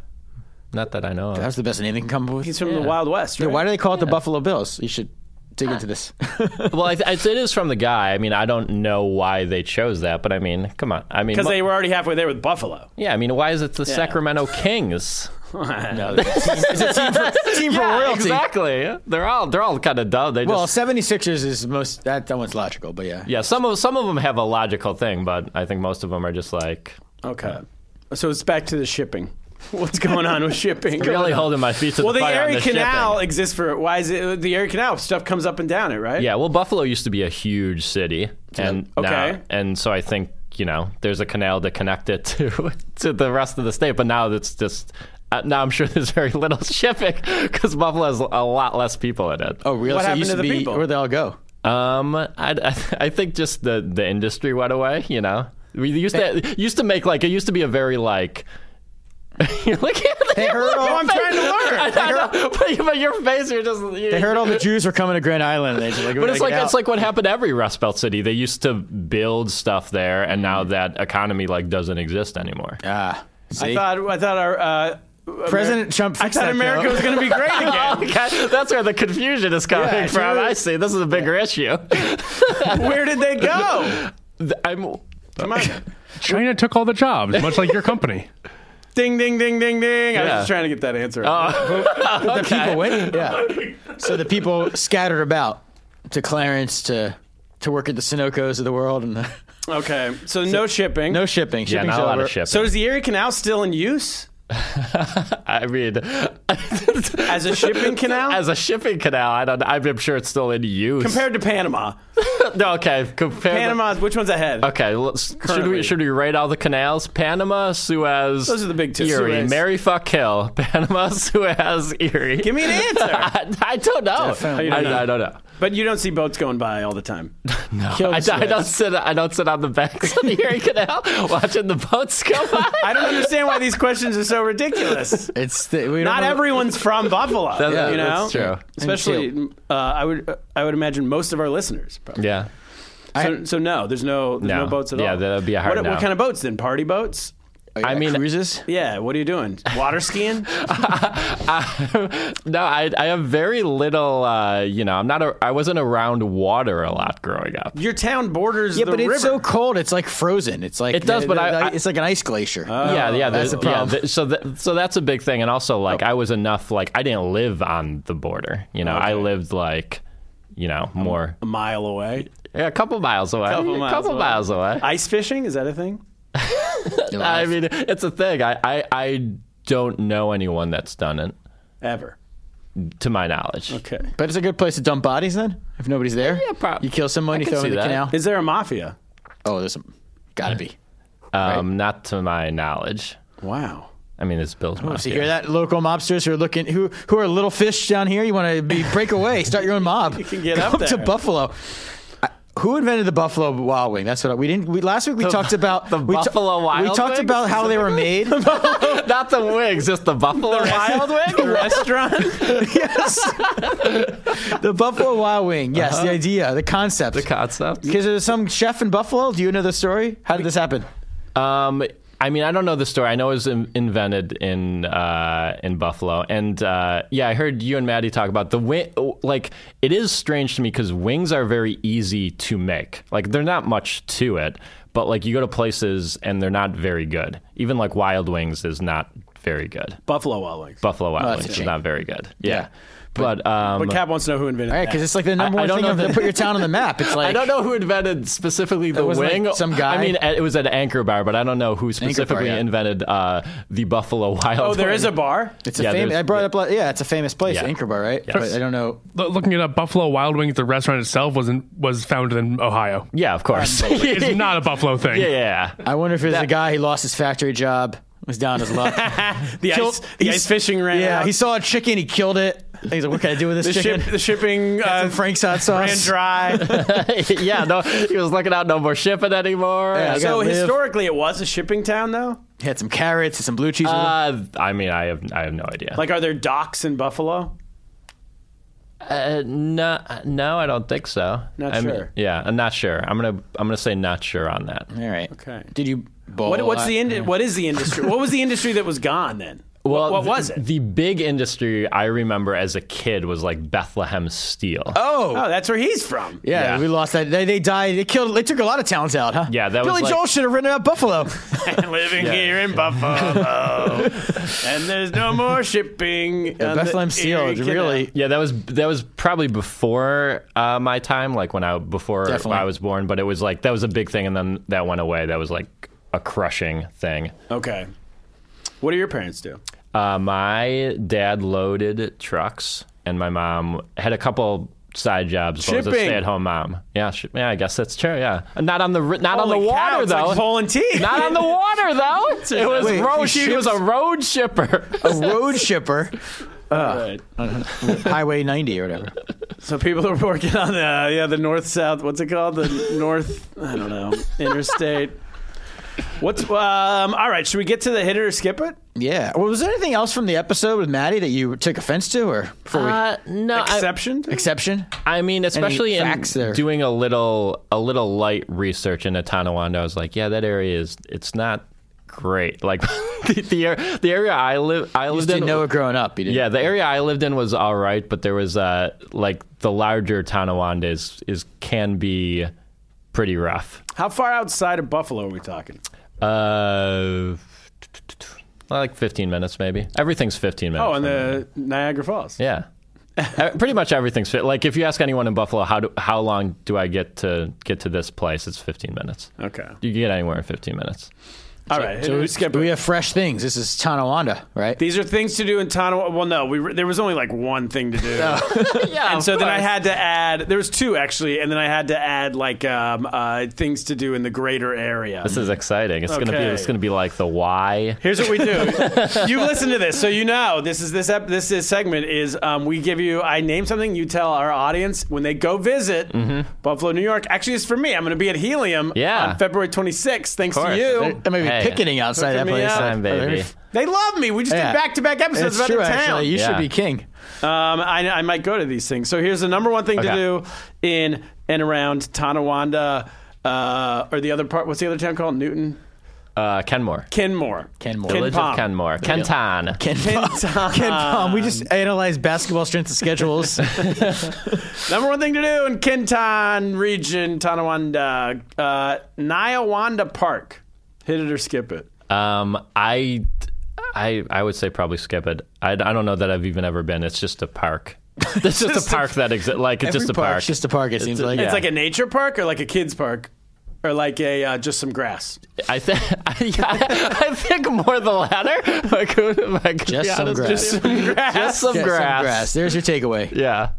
F: not that I know.
D: That
F: of.
D: was the best name they can come up with.
C: He's from the Wild West. Right?
D: Why do they call it the Buffalo Bills? You should dig into this.
F: Well, I th- it is from the guy. I mean, I don't know why they chose that, but I mean, come on. I mean,
C: Because
F: mo-
C: they were already halfway there with Buffalo.
F: yeah. I mean, why is it the Sacramento Kings?
D: Team for
F: Yeah,
D: royalty.
F: exactly. They're all they're all kind of dumb. They
D: Well,
F: just
D: 76ers is most that, that one's logical, but yeah.
F: yeah. Some of some of them have a logical thing, but I think most of them are just like
C: Okay. So it's back to the shipping. What's going on with shipping?
F: really holding my feet to
C: well,
F: the
C: the
F: fire. on
C: Erie
F: this
C: Canal
F: shipping.
C: exists for why is it the Erie Canal stuff comes up and down it, right?
F: Yeah, well, Buffalo used to be a huge city, and
C: Okay.
F: now, and so I think you know there's a canal to connect it to to the rest of the state. But now it's just uh, now I'm sure there's very little shipping because Buffalo has a lot less people in it.
D: Oh, really?
C: What
D: so it
C: happened
D: used
C: to the
D: be
C: people?
D: where they all go.
F: Um, I, I, I think just the the industry went away. You know, we used to used to make like it used to be a very like. You're looking at
D: They heard all
C: I'm trying to learn.
F: I, I know, but, but your face, you're just. You,
D: They heard all the Jews were coming to Grand Island. And they just like, we
F: But it's
D: gotta
F: like
D: get
F: it's
D: out.
F: like what happened to every Rust Belt city. They used to build stuff there, and now
D: Mm.
F: that economy like doesn't exist anymore.
C: I
D: ah, see?
C: thought I thought our uh,
D: President Trump
C: I
D: fixed
C: thought
D: that,
C: America
D: though.
C: was going to be great again.
F: Okay, that's where the confusion is coming
D: Yeah,
F: from.
D: sure.
F: I see. This is a bigger issue.
C: Where did they go?
F: Th- I'm.
C: Come on.
E: China took all the jobs, much like your company.
C: Ding, ding, ding, ding, ding. I was
F: Yeah. Uh,
C: just trying to get that answer.
D: the people went. Yeah. So the people scattered about to Clarence to to work at the Sunoco's of the world and the,
C: okay. So, no shipping.
D: no shipping.
F: Yeah,
D: Shipping's
F: not a lot
D: over.
F: of shipping.
C: so is the Erie Canal still in use?
F: I mean,
C: As a shipping canal?
F: as a shipping canal, I don't. I'm sure it's still in use.
C: compared to Panama.
F: no, okay, compare the-
C: Panama, which one's ahead?
F: Okay, let's, should
C: Currently.
F: we should we rate all the canals? Panama, Suez.
C: Those are the big two.
F: Erie,
C: Suez.
F: Mary fuck kill. Panama, Suez, Erie.
C: Give me an answer.
F: I, I don't know.
D: Definitely.
F: I,
C: You don't know.
F: I don't know.
C: but you don't see boats going by all the time.
D: Kill
F: I,
D: the
F: I don't
D: Suez.
F: sit. I don't sit on the banks of the Erie Canal watching the boats go by.
C: I don't understand why these questions are so ridiculous.
D: It's the, we
C: Not
D: don't-
C: everyone's from Buffalo.
F: that-
C: you know?
F: that's true.
C: Especially, uh, I would I would imagine most of our listeners. Probably.
F: Yeah.
C: So, so no, there's no there's no,
F: No.
C: boats at
F: Yeah,
C: all.
F: that'd be a hard
C: What,
F: no.
C: what kind of boats then? Party boats?
F: I mean,
D: Oh, cruises.
C: Yeah. What are you doing? Water skiing?
F: no, I, I have very little. Uh, you know, I'm not. A, I wasn't around water a lot growing up.
C: Your town borders
D: Yeah,
C: the
D: but
C: river.
D: it's so cold. It's like frozen. It's like
F: It does, but I- I-
D: it's like an ice glacier.
F: yeah, yeah,
D: Oh, that's
F: there's-
D: the problem.
F: Yeah, th- so, th- so that's a big thing, and also like I was enough like I didn't live on the border. You know, I lived like, you know,
D: Um,
F: more
C: a mile away.
F: yeah, a couple miles away,
C: Couple miles
F: a couple
C: away.
F: miles away.
C: Ice fishing is that a thing?
F: I mean, it's a thing. I, I, I don't know anyone that's done it,
C: Ever?
F: to my knowledge.
C: Okay.
D: but it's a good place to dump bodies then. If nobody's there, yeah,
F: prob-
D: you kill someone,
F: I
D: you
F: can
D: throw them in
F: see
D: the
F: that.
D: canal.
C: Is there a mafia?
D: Oh, there's some. Gotta be.
F: Um, not to my knowledge.
C: Wow.
F: I mean, it's built.
D: Oh, So you hear that, local mobsters who are looking who who are little fish down here? You want to be break away, start your own mob. you
C: can get
D: Go
C: up
D: to
C: there.
D: Buffalo. I- Who invented the Buffalo Wild Wing? That's what I, we didn't. We, last week we talked about
F: the
D: we ta-
F: Buffalo
D: We
F: Wild
D: talked
F: Wing
D: about how they were made.
F: not the wigs, just the buffalo wild wig.
C: The restaurant?
D: yes, the Buffalo Wild Wing. Yes, the idea, the concept.
F: Uh-huh. The concept.
D: Because there's some chef in Buffalo. Do you know the story? How did this happen?
F: Um, I mean, I don't know the story. I know it was in, invented in uh, in Buffalo, and uh, yeah, I heard you and Maddie talk about the wing. Like, it is strange to me because wings are very easy to make. Like, they're not much to it, but like you go to places and they're not very good. Even like Wild Wings is not very good.
C: Buffalo Wild Wings.
F: Buffalo Wild
D: that's a
F: Wings is
D: shame.
F: not very good. Yeah,
D: Yeah.
F: but, um,
C: But Cap wants to know who invented
D: All right,
C: that.
D: because it's like the number
F: I- I
D: one
F: don't
D: thing
F: know
D: of
F: if
D: to
F: it-
D: put your town on the map. It's like
F: I don't know who invented specifically the
D: wasn't, like,
F: wing.
D: some guy?
F: I mean, it was at Anchor Bar, but I don't know who specifically
D: yeah.
F: invented uh, the Buffalo Wild.
C: oh, there is a
F: Wing.
C: bar.
D: It's a
F: Yeah,
D: famous.
F: there's-
D: I brought it up. like- Yeah, it's a famous place,
F: Yeah.
D: Anchor Bar, right?
F: Yeah.
D: But I don't know.
E: Lo- Looking it up, Buffalo Wild Wings, the restaurant itself, was in, was founded in Ohio.
F: Yeah, of course.
E: It's not a Buffalo thing.
F: yeah.
D: I wonder if it was a guy who lost his factory job, was down his luck.
C: The,
D: Killed-
C: ice, the
D: he's-
C: ice fishing ran
D: yeah,
C: out.
D: he saw a chicken, he killed it. He's like, what can I do with this
C: the,
D: chicken?
C: ship, the shipping
D: Got
C: uh,
D: some Frank's hot
C: ran
D: sauce.
C: dry.
F: yeah, no, he was looking out no more shipping anymore.
D: Yeah, I gotta
C: so
D: live.
C: historically, it was a shipping town, though.
D: He had some carrots and some blue cheese. with it.
F: Uh, I mean, I have I have no idea.
C: Like, are there docks in Buffalo?
F: uh, no, no, I don't think so.
C: Not
F: I mean,
C: sure.
F: yeah, I'm not sure. I'm gonna I'm gonna say not sure on that.
D: All right.
C: okay.
D: Did you bowl?
C: What, what's
D: Oh, I-
C: the ind- What is the industry? what was the industry that was gone then? What- what,
F: the-
C: was it?
F: The big industry I remember as a kid was like Bethlehem Steel.
D: Oh.
C: oh, that's where he's from.
D: Yeah,
F: yeah.
D: we lost that. They, they died. They killed. They took a lot of towns out, huh?
F: Yeah, that was
D: Billy
F: like-
D: Joel should have written about Buffalo.
C: Living here in Buffalo, and there's no more shipping. on the
D: Bethlehem Steel.
C: Erie
D: It's
C: Canal.
D: really.
F: Yeah, that was that was probably before uh, my time, like when I before
D: Definitely.
F: I was born. But it was like that was a big thing, and then that went away. That was like a crushing thing.
C: okay. What do your parents do?
F: Uh, my dad loaded trucks, and my mom had a couple side jobs. but was a
C: Shipping.
F: stay-at-home mom. Yeah, sh- yeah, I guess that's true. Yeah, not on the ri- not on the
C: Holy cow,
F: water
C: it's
F: though.
C: Like pulling teeth.
F: not on the water though. It was
D: Wait,
F: road.
D: he
F: She was a
D: ships-
F: road shipper.
D: A road shipper, Uh,
C: Right.
D: Highway 90 or whatever.
C: So people are working on the yeah the north south. What's it called? The north. I don't know. Interstate. What's um? All right. Should we get to the hit it or skip it?
D: Yeah. Well, was there anything else from the episode with Maddie that you took offense to, or before we
F: Uh, no, I-
C: Exception.
D: exception?
F: I mean, especially in
D: facts there?
F: doing a little a little light research into Tonawanda, I was like, yeah, that area is it's not great. Like the the, ar- the area I live I
D: You
F: lived in.
D: didn't know it growing up. You didn't.
F: yeah, the area I lived in was all right, but there was uh like the larger Tonawanda is is can be pretty rough.
C: How far outside of Buffalo are we talking?
F: Uh, like 15 minutes maybe. Everything's 15 minutes.
C: Oh, and
F: from me.
C: the Niagara Falls.
F: Yeah. Uh, Pretty much everything's fit. Like if you ask anyone in Buffalo, how do, how long do I get to get to this place? It's 15 minutes.
C: Okay.
F: You can get anywhere in 15 minutes.
C: All right.
D: So
C: we
D: we,
C: skip
D: we
C: it.
D: have fresh things. This is Tonawanda, right?
C: These are things to do in Tonawanda. Well, no, we, there was only like one thing to do.
F: Yeah.
D: Oh.
C: and so then I
F: course.
C: had to add. There was two actually, and then I had to add like um, uh, things to do in the greater area.
F: This is exciting. It's gonna be.
C: Okay.
F: It's gonna be like the why.
C: Here's what we do. you listen to this, so you know this is this ep- this is segment is um, we give you I name something, you tell our audience when they go visit Buffalo, New York. Actually, it's for me. I'm going to be at Helium
F: Mm-hmm. Yeah.
C: on February 26th. Thanks
F: Of
C: to
F: course.
C: you.
F: They're-
D: I may be
F: Hey.
D: picketing outside that
C: Look at me
D: place.
C: out.
F: Time, baby.
C: They love me. We just
D: Yeah.
C: did back to back episodes
D: It's
C: about
D: true,
C: the town.
D: actually. You
F: Yeah.
D: should be king.
C: Um, I, I might go to these things. So here's the number one thing to
F: Okay.
C: do in and around Tonawanda uh, or the other part. What's the other town called? Newton?
F: Uh, Kenmore.
C: Kenmore.
D: Kenmore.
F: Village
C: Kenpom.
F: of Kenmore. Kenton.
D: Ken, Palm. Ken
F: um,
D: Palm. Um, We just analyze basketball strength of schedules.
C: Number one thing to do in Kenton region, Tonawanda, uh, Niawanda Park. Hit it or skip it.
F: Um, I, I, I would say probably skip it. I, I don't know that I've even ever been. It's just a park. It's just, a park that exists. Like it's
D: Every
F: just a
D: park's
F: park.
D: Just a park, it seems
F: a-
D: like.
C: It's
F: yeah.
C: like a nature park or like a kids park or like a uh, just some grass.
F: I think. yeah, I think more the latter. If I could- if I could be
D: Just some
F: honest with
D: grass.
F: you. Just some
D: Get some
F: grass.
D: grass. There's your takeaway.
F: Yeah.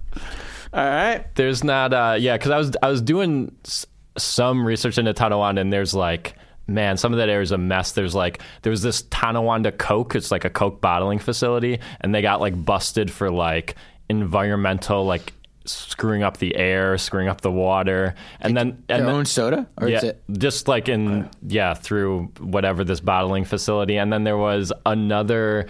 C: All right.
F: There's not. Uh, yeah, because I was I was doing s- some research into Tonawanda, and there's like. Man, some of that area is a mess. There's like there was this Tonawanda Coke. It's like a Coke bottling facility, and they got like busted for like environmental like screwing up the air, screwing up the water, and then and
D: Your
F: then-
D: own soda? Or
F: yeah,
D: is it?
F: just like in yeah through whatever this bottling facility, and then there was another.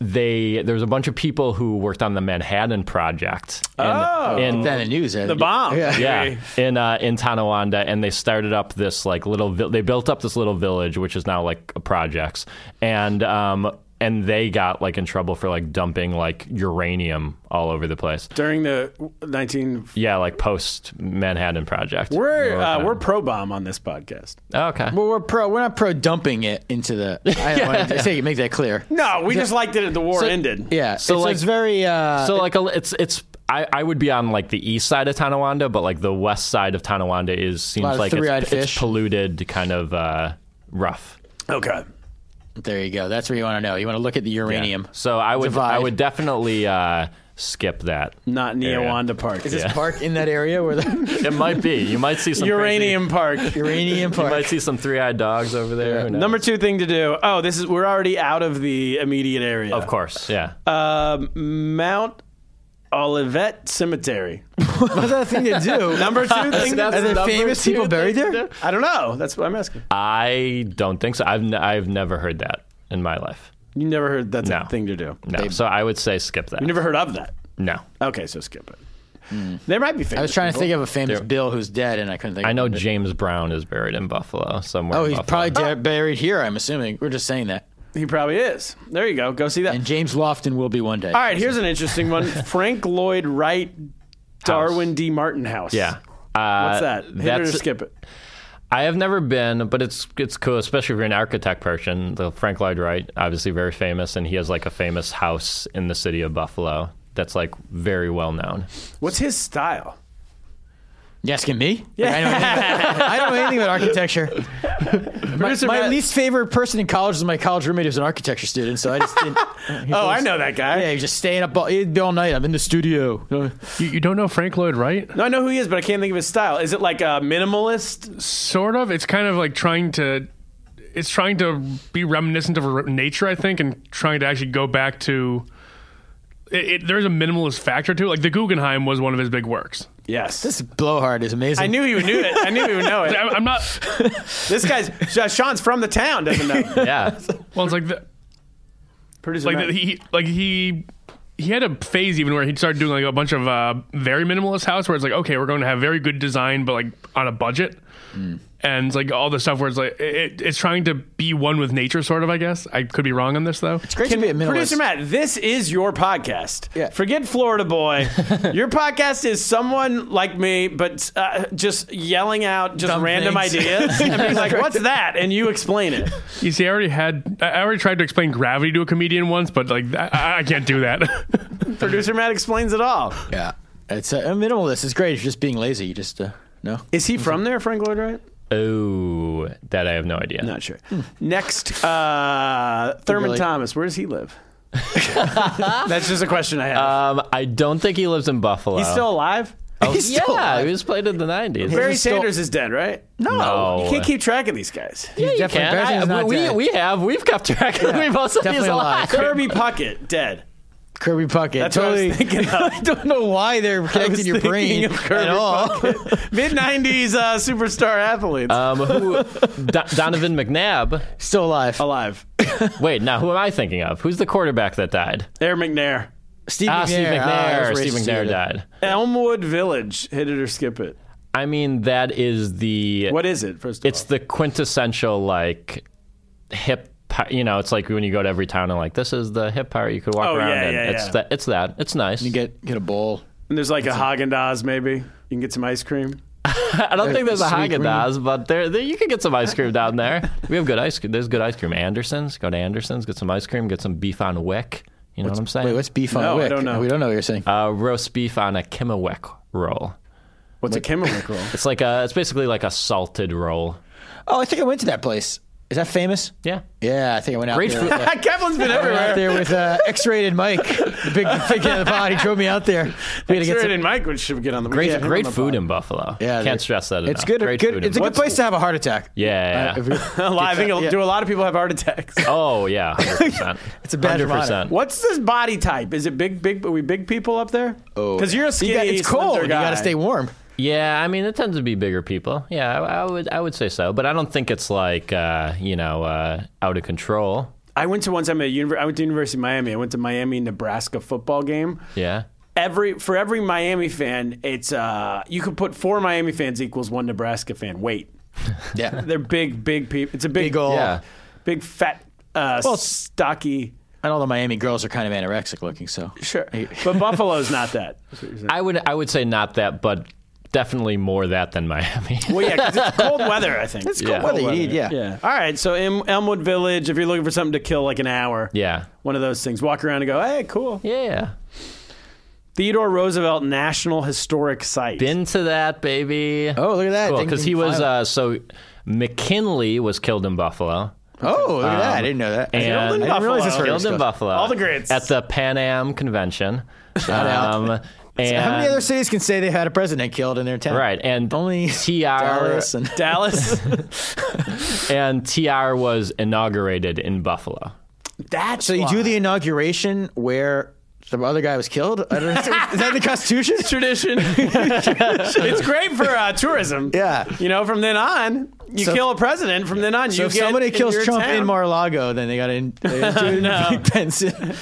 F: They there was a bunch of people who worked on the Manhattan Project. In, oh, in,
D: Then the news.
C: The bomb.
F: yeah, in uh, in Tonawanda, and they started up this like little. Vi- they built up this little village, which is now like a projects, and um and they got like in trouble for like dumping like uranium all over the place.
C: During the 19.
F: Yeah, like post Manhattan Project.
C: We're, uh, we're pro bomb on this podcast.
F: okay.
D: Well, we're pro. We're not pro dumping it into the. I don't want to say make that clear.
C: No, we just liked it at the war ended.
D: Yeah. So it's,
F: like-
D: it's very. Uh,
F: So like a, it's it's I, I would be on like the east side of Tonawanda, but like the west side of Tonawanda is
D: Lot
F: seems
D: of
F: like
D: three-eyed
F: it's, it's
D: fish.
F: polluted, kind of uh, rough.
C: Okay.
D: there you go. That's what you want to know. You want to look at the uranium.
F: So I would
D: Divide.
F: I would definitely uh, skip that.
C: Not Niawanda Park.
D: Is this park in that area where the
F: It might be you might see some
C: Uranium Park.
D: uranium
F: Crazy, you
D: park?
F: might see some three-eyed dogs over there. who knows?
C: Number two thing to do. Oh, this is we're already out of the immediate area.
F: of course, yeah.
D: Uh,
C: Um, Mount Olivet Cemetery.
D: What's that thing to do?
C: Number two thing.
D: Are
C: to
D: there
C: do.
D: famous people buried there?
C: I don't know. That's what I'm asking.
F: Uh, I don't think so. I've n- I've never heard that in my life.
C: You never heard that's
F: No.
C: a thing to do.
F: No, so I would say skip that.
C: You never heard of that.
F: no,
C: Okay, so skip it. There might be famous.
D: Mm. I was trying to think of a famous Bill who's dead, and I couldn't think.
F: I
D: of
F: know
D: it.
F: James Brown is buried in Buffalo somewhere.
D: Oh,
F: in
D: he's
F: Buffalo.
D: probably
C: Ah.
D: dead, buried here. I'm assuming. We're just saying that.
C: He probably is. There you go. Go see that.
D: And James Lofton will be one day.
C: All right, here's an interesting one. Frank Lloyd Wright, Darwin D. Martin House.
F: Yeah. Uh,
C: What's that? Hit it or
F: that's-
C: skip it.
F: I have never been, but it's it's cool, especially if you're an architect person. The Frank Lloyd Wright, obviously very famous, and he has like a famous house in the city of Buffalo that's like very well known.
C: What's his style?
D: You asking me? Yeah. I, know anything about, I don't know anything about architecture.
C: Producer
D: My
C: Matt-
D: least favorite person in college was my college roommate who was an architecture student, so I just didn't.
C: Oh, I know that guy.
D: Yeah, he was just staying up all, he'd be all night. I'm in the studio.
E: You, you don't know Frank Lloyd Wright?
C: No, I know who he is, but I can't think of his style. Is it like a minimalist?
E: Sort of. It's kind of like trying to. It's trying to be reminiscent of r- nature, I think, and trying to actually go back to. It, it, there's a minimalist factor to it. Like the Guggenheim was one of his big works.
C: Yes.
D: This blowhard is amazing.
C: I knew he would knew it. I knew he would know it.
E: I, I'm not.
C: This guy's Sean's from the town, doesn't know.
F: Yeah.
E: Well, it's like the,
C: Producer
E: like
C: Matt.
E: the, he like he he had a phase even where he'd start doing like a bunch of uh, very minimalist house where it's like okay we're going to have very good design but like on a budget and it's like all the stuff where it's like it, it's trying to be one with nature sort of I guess I could be wrong on this though
D: It's great to be a minimalist.
C: Producer Matt, this is your podcast.
D: Yeah.
C: Forget Florida Boy. your podcast is someone like me, but uh, just yelling out just
D: Dumb
C: random
D: things.
C: ideas. and being like, what's that? And you explain it.
E: you see I already had I already tried to explain gravity to a comedian once but like I, I can't do that
C: Producer Matt explains it all.
D: Yeah, it's a, a minimalist. It's great. You're just being lazy. You just uh, no.
C: Is he from there, Frank Lloyd Wright?
F: Oh, that I have no idea.
C: Not sure. Next, uh, Thurman
D: Hmm. Really?
C: Thomas. Where does he live? That's just a question I have.
D: Uh,
F: Um, I don't think he lives in Buffalo.
C: He's still alive.
F: Oh,
D: He's
F: yeah,
D: still alive.
F: he was played in the nineties.
C: Barry
D: He's still-
C: Sanders is dead, right?
F: No.
C: you can't keep track of these guys.
F: yeah, you
D: definitely-
F: can.
D: Barry
F: I-
D: Sanders is not
F: we,
D: dead.
F: we have we've kept track. of We've also he's
D: definitely alive.
F: alive.
C: Kirby Puckett dead.
D: Kirby Puckett.
C: That's
D: totally.
C: what I was thinking of.
D: I don't know why they're connecting your brain
C: thinking of Kirby
D: at all.
C: Mid '90s uh, superstar athletes
D: Uh,
F: Um, who, Do- Donovan McNabb.
D: Still alive.
C: alive.
F: Wait, now who am I thinking of? Who's the quarterback that died?
C: Air McNair.
D: Steve
F: Ah, Steve
D: McNair. Ah,
F: McNair.
D: that was
F: Steve
D: racist
F: McNair
D: of you.
F: died.
C: Elmwood Village. Hit it or skip it.
F: I mean, that is the
C: What is it? First of
F: it's the quintessential like hip pi- you know it's like when you go to every town and like this is the hip part you could walk
C: Oh,
F: around
C: yeah,
F: in
C: yeah,
F: it's
C: yeah.
F: that it's that it's nice
D: You get get a bowl.
C: all, and there's like a Haagen Dazs. Maybe you can get some ice cream.
F: i don't think there's a
D: Sweet
F: Haagen Dazs but there, there you could get some ice cream down there we have good ice cream there's good ice cream anderson's go to anderson's get some ice cream get some beef on a wick you know what i'm saying
D: Wait, what's beef on
C: No,
D: a
C: I
D: wick?
C: don't know.
D: We don't know what you're saying.
F: uh, roast beef on a Kimmewick roll
C: What's a Kimmerwick roll?
F: it's like a it's basically like a salted roll
D: oh, I think I went to that place. Is that famous?
F: yeah
D: Yeah, I think I went out
F: Great
D: there.
F: food.
D: with, uh,
C: Kevlin's been
D: I went out
C: everywhere.
D: there with uh, X-rated Mike, the big figure of the pod. He drove me out there. We had to get
C: Jared
D: some,
C: and Mike should get on the
F: great
C: yeah, him
F: great
C: on the pod.
F: food in buffalo
D: Yeah,
F: can't
D: they-
F: stress that
D: it's
F: enough.
D: good.
F: great
D: good
F: food
D: it's a
F: in
D: good
F: Buffalo.
D: place to have a heart attack.
F: yeah,
D: Uh,
F: yeah.
D: if you-
C: A lot- I think
D: Yeah.
C: do a lot of people have heart attacks.
F: oh yeah 100%.
D: It's a bad
F: percent
C: What's this body type? Is it big, big? Are we big people up there? Oh, because you're a skinny.
D: You got, it's cold.
C: slender
D: You
C: guy.
D: got to stay warm.
F: Yeah, I mean, it tends to be bigger people. Yeah, I, I would, I would say so, but I don't think it's like, uh, you know, uh, out of control.
C: I went to one time at univer- I went to University of Miami. I went to Miami Nebraska football game.
F: Yeah,
C: Every for every Miami fan, it's uh you could put four Miami fans equals one Nebraska fan. Wait,
D: Yeah.
C: they're big, big people. It's a big,
D: Big ol'.
F: yeah.
C: big fat, uh,
D: Well,
C: stocky.
D: And all the Miami girls are kind of anorexic looking, so
C: Sure, but Buffalo's not that.
F: I would, I would say not that, but definitely more that than Miami.
C: Well, yeah, 'cause it's cold weather. I think it's
F: cold Yeah.
D: weather you need, yeah.
C: Yeah. All right. So Elm- Elmwood Village, if you're looking for something to kill like an hour,
F: yeah,
C: one of those things. Walk around and go, hey, cool.
F: yeah.
C: Theodore Roosevelt National Historic Site.
F: Been to that, baby.
D: Oh, look at that. Ding,
F: because
D: ding,
F: he was
D: five.
F: uh, so McKinley was killed in Buffalo.
D: Oh, look at that. I didn't know that.
F: and-
D: I didn't realize this
C: Buffalo.
F: Killed in
D: stuff.
F: Buffalo.
C: All the greats.
F: at the Pan Am Convention. Um,
D: out.
F: and,
D: How many other cities can say they had a president killed in their town?
F: Right, and
D: Only
F: TR
D: Dallas and
C: Dallas.
F: and TR was inaugurated in Buffalo.
C: That's
D: So you do
C: why.
D: the inauguration where the other guy was killed? I don't know. Is that the Constitution?
C: tradition. it's great for uh, tourism.
D: Yeah.
C: You know, from then on, you
D: So-
C: kill a president. From then on,
D: So
C: you
D: if
C: get
D: somebody
C: in
D: kills
C: your
D: Trump
C: town.
D: in Mar-a-Lago, then they got to they gotta do it
C: No.
D: in Benson.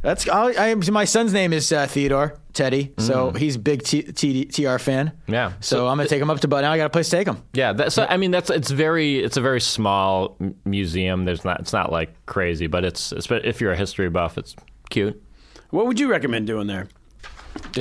D: That's I, I, my son's name is uh, Theodore Teddy,
C: Mm.
D: so he's a big T, T, TR fan.
F: Yeah.
D: So, I'm gonna take him up to, but now I got a place to take him.
F: Yeah, that's. I mean, that's. It's very. It's a very small m- museum. There's not. It's not like crazy, but it's. it's if you're a history buff, it's cute.
C: What would you recommend doing there?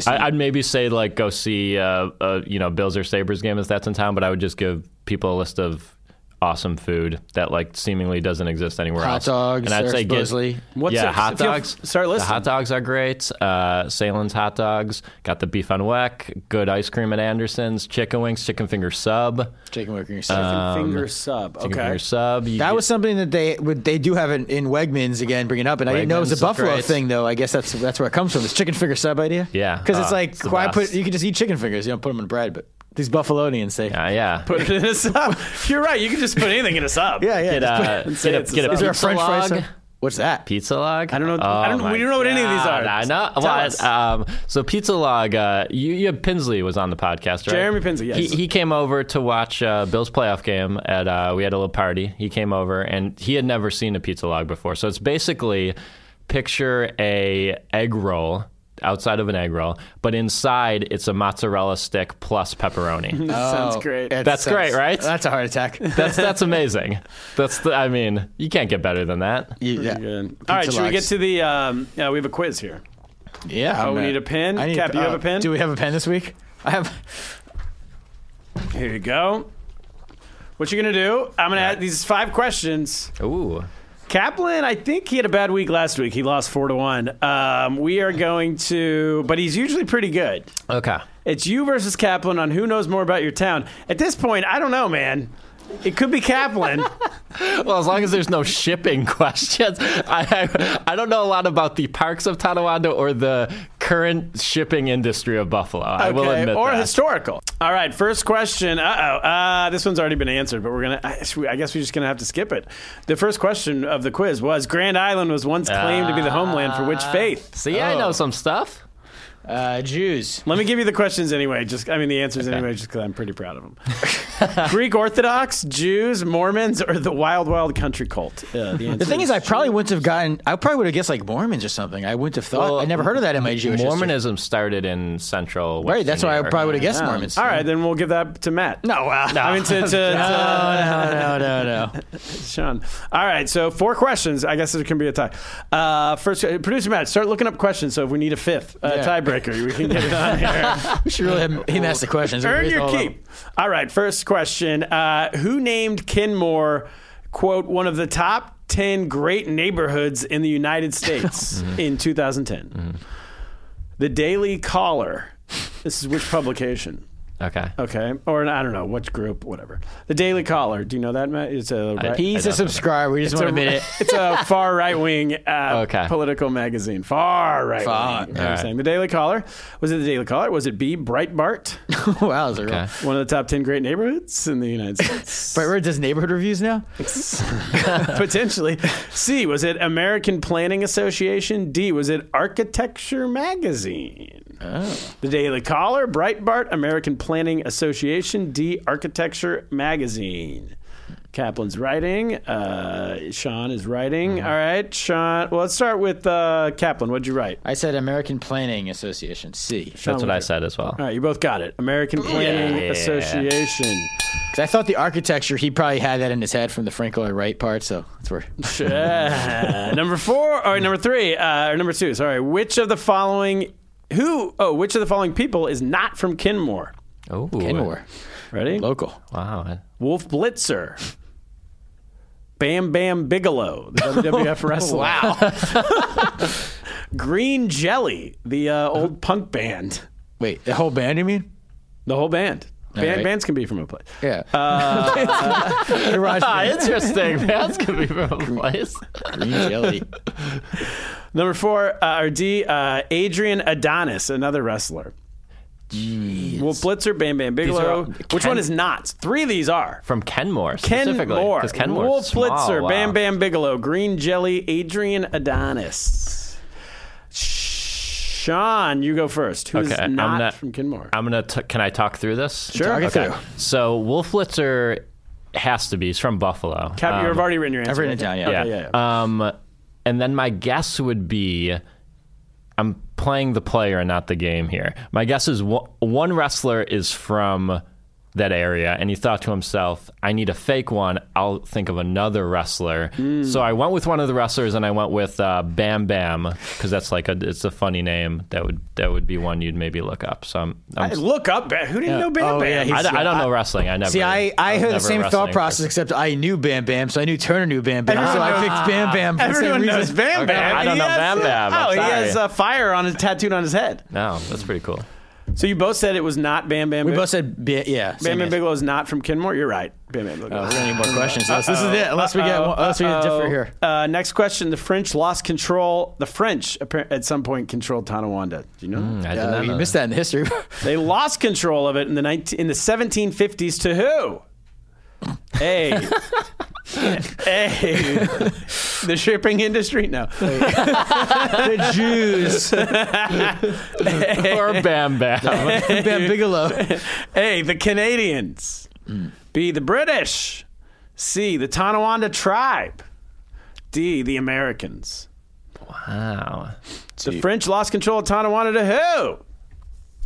F: I, I'd maybe say like go see uh, uh you know Bills or Sabers game if that's in town, but I would just give people a list of awesome food that like seemingly doesn't exist anywhere
D: Hot
F: else.
D: dogs,
F: and I'd
D: they're
F: say get,
D: supposedly-
C: What's
F: yeah
C: it-
F: hot
C: feel-
F: dogs.
C: start
F: The
C: listing.
F: hot dogs are great. Uh, Salem's hot dogs got the beef on weck, good ice cream at Anderson's, chicken wings, chicken finger sub,
D: Chicken Wicker yourself.
C: Finger sub.
F: chicken
C: Okay.
F: finger sub. You
D: that
F: get-
D: was something that they would they do have in, in Wegmans again, bringing up, and I didn't know it was
F: Wegmans
D: a
F: is
D: Buffalo
F: great.
D: thing though. I guess that's that's where it comes from. This chicken finger sub idea.
F: Yeah.
D: because it's
F: Uh,
D: like
F: it's the
D: why
F: best.
D: put you could just eat chicken fingers. You don't put them in bread, but these Buffalonians they
F: Uh, yeah.
C: Put it in a sub. You're right. You can just put anything in a sub.
D: yeah yeah.
F: get
D: just put-
F: a,
C: Let's say
F: Uh, get
C: it's
F: a,
C: a
F: get a
C: sub.
D: is there a
F: pizza
D: French fries?
F: log.
D: there? What's that?
F: Pizza log? Oh
C: I don't know- I don't-
F: my
C: we don't know what any of these
F: God,
C: are.
F: I know.
C: Tell
F: well,
C: us.
F: um, so Pizza log. Uh, you, you had Pinsley was on the podcast, right?
C: Jeremy Pinsley, yes.
F: He, he came over to watch uh, Bill's playoff game at. Uh, we had a little party. He came over and he had never seen a pizza log before. So it's basically picture a egg roll outside of an egg roll, but inside it's a mozzarella stick plus pepperoni.
D: Oh,
C: Sounds great.
D: That
F: That's great, right?
D: That's a heart attack.
F: that's that's amazing. That's the, I mean, you can't get better than that.
D: You- yeah.
C: Good. All right. Should we get
D: logs.
C: to the? Um, yeah, we have a quiz here.
D: Yeah.
C: Oh, we
D: I'm, uh,
C: need a pen?
D: I need
C: Cap, you have a pen?
D: Do we have a pen this week? I have.
C: Here you go. What you gonna do? I'm gonna add these five questions.
F: Ooh.
C: Kaplan, I think he had a bad week last week. He lost four to one. Um, we are going to, but he's usually pretty good.
F: Okay.
C: It's you versus Kaplan on who knows more about your town. At this point, I don't know, man. It could be Kaplan.
F: Well, as long as there's no shipping questions, I, I I don't know a lot about the parks of Tonawanda or the current shipping industry of Buffalo. I will
C: Okay,
F: admit
C: or
F: that.
C: historical. All right, first question. Uh oh, uh, this one's already been answered, but we're gonna. I should we- I guess we're just gonna have to skip it. The first question of the quiz was: Grand Island was once claimed to be the
F: Ah.
C: homeland for which faith?
F: See, I
D: Oh.
F: know some stuff.
D: Uh, Jews.
C: Let me give you the questions anyway. Just, I mean, the answers anyway, just because I'm pretty proud of them. Greek Orthodox, Jews, Mormons, or the Wild Wild Country cult? Uh, the answer
D: The thing is, I probably wouldn't have gotten. I probably would have guessed like Mormons or something. Oh, I wouldn't have thought. I never heard of that in my Jewish history.
F: Mormonism started in central.
D: Right.
F: Western
D: That's
F: New
D: why I
F: York.
D: probably would have guessed Mormons.
C: All right, then we'll give that to Matt.
F: Oh,
D: No. Uh,
C: I mean to, to, to
D: Oh, no. No. No. No.
C: Sean. All right, so four questions. I guess it can be a tie. Uh, first, uh, producer Matt, start looking up questions. So if we need a fifth uh,
D: Yeah.
C: tiebreaker, we can get it on here.
D: We should really have him ask the questions.
C: Earn
D: Raise
C: your
D: all of
C: keep. All right, first question: uh, Who named Kenmore quote one of the top ten great neighborhoods in the United States
D: Mm-hmm.
C: in 2010? The Daily Caller. This is which publication?
F: Okay.
D: Oh,
C: Okay, or an- I don't know which group, whatever. The Daily Caller. Do you know that, Matt? It's a
D: them.
C: right-
D: He's a subscriber. We just want to admit it.
C: it's a far right wing uh,
F: Okay.
C: political magazine. Far right
D: Far.
C: wing. You know what I'm
F: Alright.
C: saying? The Daily Caller. Was it the Daily Caller? Was it B, Breitbart?
D: wow. Is it real?
F: Okay.
C: One of the top 10 great neighborhoods in the United States.
D: Right, where it does neighborhood reviews now?
C: Potentially. C, was it American Planning Association? D, was it Architecture Magazine?
F: Oh.
C: The Daily Caller, Breitbart, American Planning Association, D, Architecture Magazine. Kaplan's writing. Uh, Sean is writing.
F: Mm-hmm.
C: All right, Sean. Well, let's start with uh, Kaplan. What'd you write?
D: I said American Planning Association, C.
F: That's what I said as well.
C: All right, you both got it. American Planning
F: Yeah.
C: Association.
D: Because I thought the architecture, he probably had that in his head from the Frankel Wright part, so that's where.
C: Uh, number four or number three uh, or number two sorry which of the following who oh which of the following people is not from kinmore
F: Oh,
D: Kenmore.
C: ready
D: Local.
F: Wow.
C: wolf blitzer bam bam bigelow the wwf wrestler wow green jelly the uh, old punk band
D: Wait, the whole band, you mean?
C: the whole band Ban-
D: right.
C: bands can be from a place
D: Yeah. Garage
F: Ah,
D: band.
F: interesting. That's gonna be from a place.
D: Green jelly.
C: number four uh, or d uh, adrian adonis another wrestler Wolf Blitzer, Bam Bam Bigelow.
F: all-
C: Which
F: Ken-
C: one is not? Three of these are.
F: From Kenmore,
C: Ken
F: specifically.
C: Moore,
F: 'Cause Kenmore's
C: Wolf
F: small,
C: Blitzer,
F: wow.
C: Bam Bam Bigelow, Green Jelly, Adrian Adonis. Sean, you go first. Who's
F: Okay,
C: not,
F: I'm not-
C: from Kenmore?
F: I'm gonna. T- can I talk through this?
C: Sure. Talk it
F: Okay.
D: through.
F: So Wolf Blitzer has to be. He's from Buffalo.
C: Cap,
F: Um,
C: you've already written your answer.
D: I've written it down, yeah.
C: Okay,
F: yeah.
C: yeah, yeah.
F: Um, and then my guess would be, I'm playing the player and not the game here. My guess is one, one wrestler is from that area, and he thought to himself, "I need a fake one. I'll think of another wrestler."
D: Hmm.
F: So I went with one of the wrestlers, and I went with uh, Bam Bam because that's like a it's a funny name. That would that would be one you'd maybe look up. So I'm, I'm
C: Hey, Look up. Ba- Who didn't know Bam
D: Oh,
C: Bam?
D: yeah,
F: I,
D: he's-
F: d- I don't know wrestling. I never
D: See, I, I
F: was
D: heard the
F: never a
D: same
F: wrestling
D: thought
F: person.
D: process, except I knew Bam Bam, so I knew Turner knew Bam Bam, so I picked Bam Bam. For the same
C: Everyone
D: reason.
C: knows Bam Bam.
F: I don't
C: He
F: know
C: has-
F: Bam Bam. I'm
C: Oh, he has
F: sorry.
C: a fire on his tattooed on his head.
F: No, that's pretty cool.
C: So you both said it was not Bam Bam.
D: We
C: Big-
D: both said, Ba- yeah.
C: Bam
D: same
C: Bam
D: answer.
C: Bigelow is not from Kenmore. You're right. Bam Bam Bigelow.
D: Oh, we're gonna need more questions. This is it. Unless we get, one- unless we get different here.
C: Uh, next question: The French lost control. The French appar- at some point controlled Tonawanda. Do you know? that?
F: I did
D: Uh,
F: not
D: you
F: know
D: missed that in the history.
C: They lost control of it in the 19, in the 1750s to who? A. A. The shipping industry? No.
D: the Jews.
F: that. Or Bam Bam.
D: Bam Bigelow.
C: A. The Canadians. B. The British. C. The Tonawanda tribe. D. The Americans.
F: Wow.
C: The French lost control of Tonawanda to who?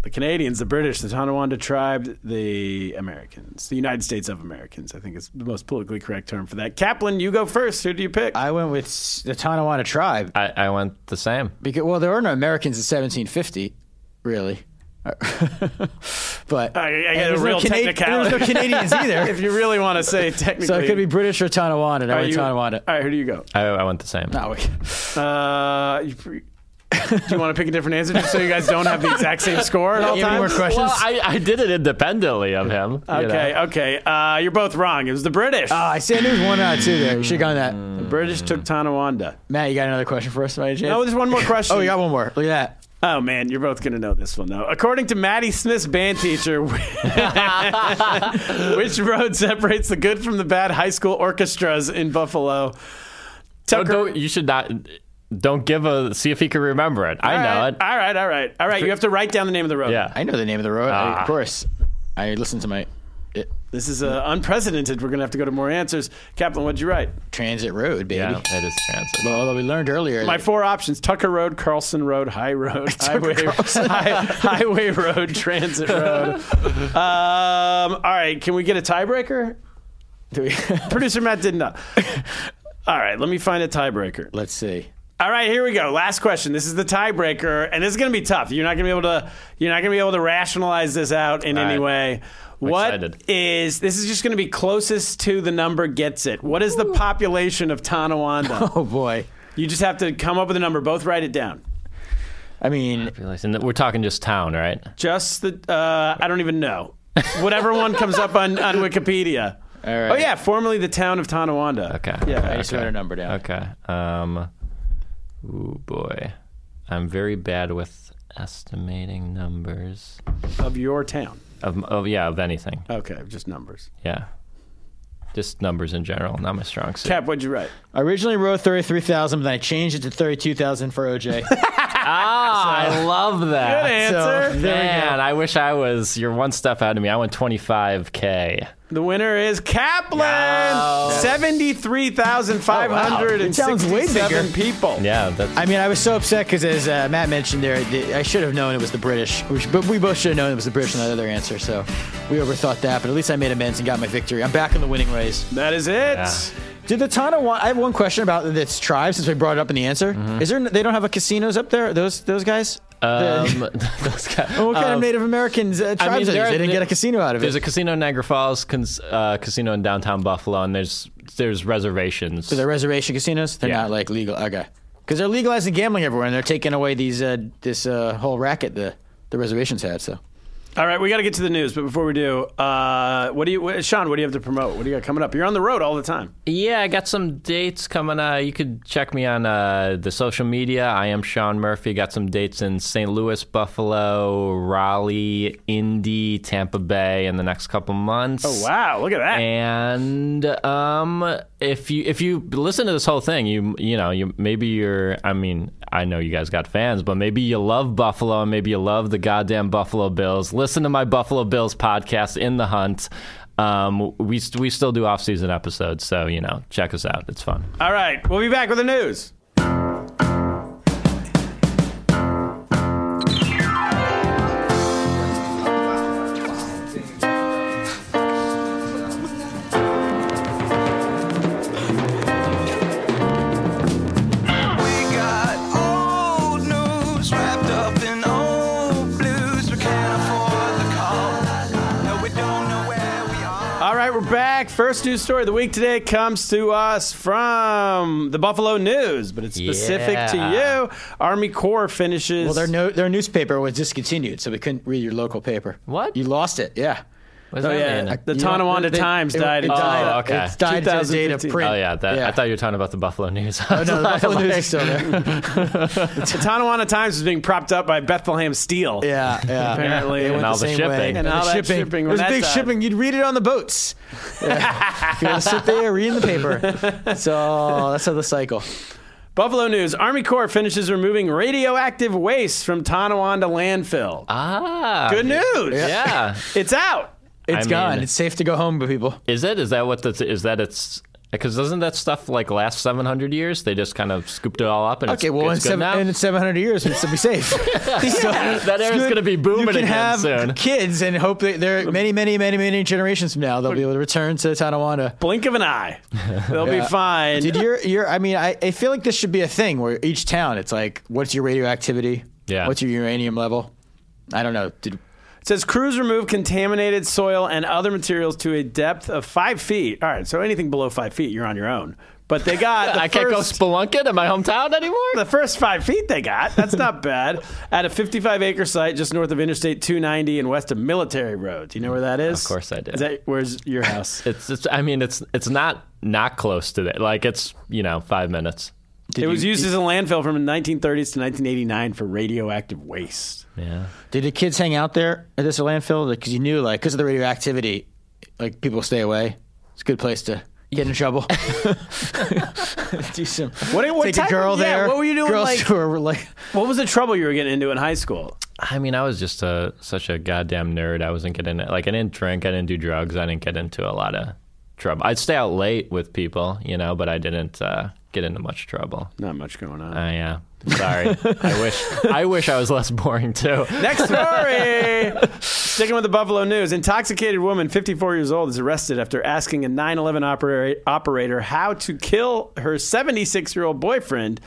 C: The Canadians, the British, the Tonawanda tribe, the Americans, the United States of Americans. I think is the most politically correct term for that. Kaplan, you go first. Who do you pick?
D: I went with s- the Tonawanda tribe
F: I, I went the same.
D: because well, there were no Americans in 1750, really.
C: Uh,
D: but
C: I- I get
D: and
C: a
D: there's
C: real
D: Canadi-
C: technicality.
D: There's no Canadians
C: if
D: either,
C: you really want to say technically,
D: so it could be British or Tonawanda. and I
C: Are
D: went
C: you-
D: Tonawanda.
C: All right, who do you go?
F: I, I went the same.
D: No, wait.
C: Uh, you pre- Do you want to pick a different answer just so you guys don't have the exact same score at all
D: You have any more
C: times?
D: questions?
F: Well, I, I did it independently of him. you know.
C: Okay, okay. Uh, you're both wrong. It was the British.
D: Ah, I see. I knew it was one out of two there. You should have gone
C: the
D: that.
C: British took Tonawanda.
D: Matt, you got another question for us, by any chance?
C: No, there's one more question.
D: oh, we got one more. Look at
C: Oh man, you're both gonna know this one though. According to Maddie Smith's band teacher, which road separates the good from the bad high school orchestras in Buffalo?
F: Oh, Don't-
C: Tucker,
F: don't- you should not. Don't give a. See if he can remember it. I know it.
C: All right, all right, all right. You have to write down the name of the road.
F: yeah.
D: that. I know the name of the road.
C: Ah.
D: I- of course. I listened to my it,
C: this is uh, unprecedented. We're gonna have to go to more answers. Kaplan, what'd you write?
D: transit road, baby.
F: yeah, it is transit.
D: Well, although we learned earlier,
C: My
D: that-
C: four options: Tucker Road, Carlson Road, High Road, Highway, Hi- Highway Road, Transit Road. Um, all right, can we get a tiebreaker?
D: do we-
C: Producer Matt did not. All right, let me find a tiebreaker.
D: let's see.
C: All right, here we go. Last question. This is the tiebreaker, and this is going to be tough. You're not going to be able to. You're not going to be able to rationalize this out in
F: All
C: any
F: right.
C: way. What is
F: excited.
C: this? Is just going to be closest to the number gets it. What is the population of Tonawanda?
D: Oh boy.
C: you just have to come up with a number. Both write it down.
D: I mean,
F: Listen, We're talking just town, right?
C: Just the. Uh, I don't even know. Whatever one comes up on on Wikipedia.
D: all right.
C: Oh yeah, formerly the town of Tonawanda.
F: Okay.
D: I
C: Yeah.
D: just wrote a number down.
F: Okay. Um. Ooh boy, I'm very bad with estimating numbers
C: Of your town.
F: of of yeah of anything.
C: Okay, just numbers.
F: Yeah. Just numbers in general, not my strong suit.
C: Cap, what'd you write?
D: I originally wrote thirty-three thousand, but then I changed it to thirty-two thousand for OJ.
F: Ah, I love that.
C: Good answer.
D: So,
F: Man, I wish I was. You're one step ahead of me. I went 25k.
C: The winner is Kaplan. Seventy-three thousand five hundred and
D: It sounds way bigger.
C: sixty-seven people.
F: Yeah, that's.
D: I mean, I was so upset because, as uh, Matt mentioned there, the, I should have known it was the British. We should, but we both should have known it was the British on that other answer. So we overthought that. But at least I made amends and got my victory. I'm back in the winning ways.
C: That is it.
D: Did the Tonawanda? I have one question about this tribe since we brought it up in the answer.
F: Mm-hmm.
D: Is there? They don't have a casinos up there. Those those guys. The-
F: um, those guys-
D: what kind
F: um,
D: of Native Americans uh, tribes
F: mean,
D: are these?
F: there are-
D: They didn't
F: there-
D: get a casino out of
F: There's
D: it.
F: a casino in Niagara Falls, cons- uh, casino in downtown Buffalo, and there's there's reservations.
D: They're reservation casinos. They're
F: Yeah.
D: not like legal. Okay, because they're legalizing gambling everywhere, and they're taking away these uh, this uh, whole racket the the reservations had. So
C: All right, we got to get to the news, but before we do, uh, what do you, what, Sean? What do you have to promote? What do you got coming up? You're on the road all the time.
F: Yeah, I got some dates coming. Uh, you could check me on uh, the social media. I am Sean Murphy. Got some dates in St. Louis, Buffalo, Raleigh, Indy, Tampa Bay in the next couple months.
C: Oh wow, look at that.
F: And um, if you if you listen to this whole thing, you you know you maybe you're. I mean, I know you guys got fans, but maybe you love Buffalo, and maybe you love the goddamn Buffalo Bills. Listen to my Buffalo Bills podcast, In the Hunt. Um, we st- we still do off season episodes, so you know check us out. It's fun.
C: all right, we'll be back with the news.
G: We got old news wrapped up in old blues. We can't afford the call. No, we don't know where we are.
C: All right, we're back. First news story of the week today comes to us from the Buffalo News, but it's specific
F: Yeah.
C: to you. Army Corps finishes.
D: well, their no, their newspaper was discontinued, so we couldn't read your local paper.
F: What?
D: You lost it? Yeah.
F: What does
C: Oh,
F: that
C: yeah.
F: mean?
C: The
D: You know,
C: Tonawanda
D: they-
C: Times
D: it-
C: died. in-
D: It died,
F: Oh, okay.
D: It's died to the date of
C: 2015.
D: print.
F: Oh yeah, that, I thought you were talking about the Buffalo News.
D: Oh, no, the Buffalo News is still there.
C: The Tonawanda Times is being propped up by Bethlehem Steel.
D: Yeah, yeah.
C: Apparently.
D: They went
F: And all
D: the
F: the
D: same
F: shipping.
D: way.
F: And
C: all
D: the
C: that shipping when
D: There's
C: that
D: big
C: died.
D: shipping. You'd read it on the boats. Yeah. you gotta sit there reading the paper. So that's how the cycle.
C: Buffalo News Army Corps finishes removing radioactive waste from Tonawanda landfill.
F: ah,
C: Good news.
F: Yeah,
C: It's out.
D: It's
F: mean-
D: gone. it's safe to go home, but people.
F: Is it? Is that what that's? Is that it's? Because doesn't that stuff like last seven hundred years? They just kind of scooped it all up and
D: Okay,
F: it's,
D: well,
F: it's
D: in, seven,
F: good now.
D: in 700 years, we'll still be safe. So,
F: that era's
D: good.
F: gonna be booming
D: You can
F: again
D: have
F: soon.
D: kids and hope that there are many, many, many, many generations from now they'll be able to return to Tonawanda.
C: Blink of an eye. They'll be fine.
D: Did your your? I mean, I, I feel like this should be a thing where each town, it's like, what's your radioactivity?
F: Yeah.
D: What's your uranium level? I don't know. Did
C: It says crews remove contaminated soil and other materials to a depth of five feet. All right, so anything below five feet, you're on your own. But they got. The
F: I can't go
C: first-
F: spelunking in my hometown anymore.
C: the first five feet they got. That's not bad. At a 55 acre site just north of Interstate 290 and west of Military Road. Do you know where that is?
F: Of course I do.
C: Is that where's your house?
F: It's, it's. I mean, it's it's not not close to that. Like it's you know five minutes.
D: Did
C: it was
D: you-
C: used as a landfill from the 1930s to 1989 for radioactive waste.
F: Yeah.
D: Did the kids hang out there at this landfill? Because you knew, like, because of the radioactivity, like people stay away. It's a good place to get in trouble. Do some.
C: What, what
D: take
C: type
D: a girl
C: of- yeah,
D: there.
C: what were you doing?
D: Girls
C: like,
D: who are like,
C: what was the trouble you were getting into in high school?
F: I mean, I was just a such a goddamn nerd. I wasn't getting like I didn't drink, I didn't do drugs, I didn't get into a lot of trouble. I'd stay out late with people, you know, but I didn't uh, get into much trouble.
C: Not much going on.
F: I Oh, yeah. Sorry. I wish I wish I was less boring too.
C: Next story. Sticking with the Buffalo News. Intoxicated woman, 54 years old, is arrested after asking a 9 11 operator how to kill her 76 year old boyfriend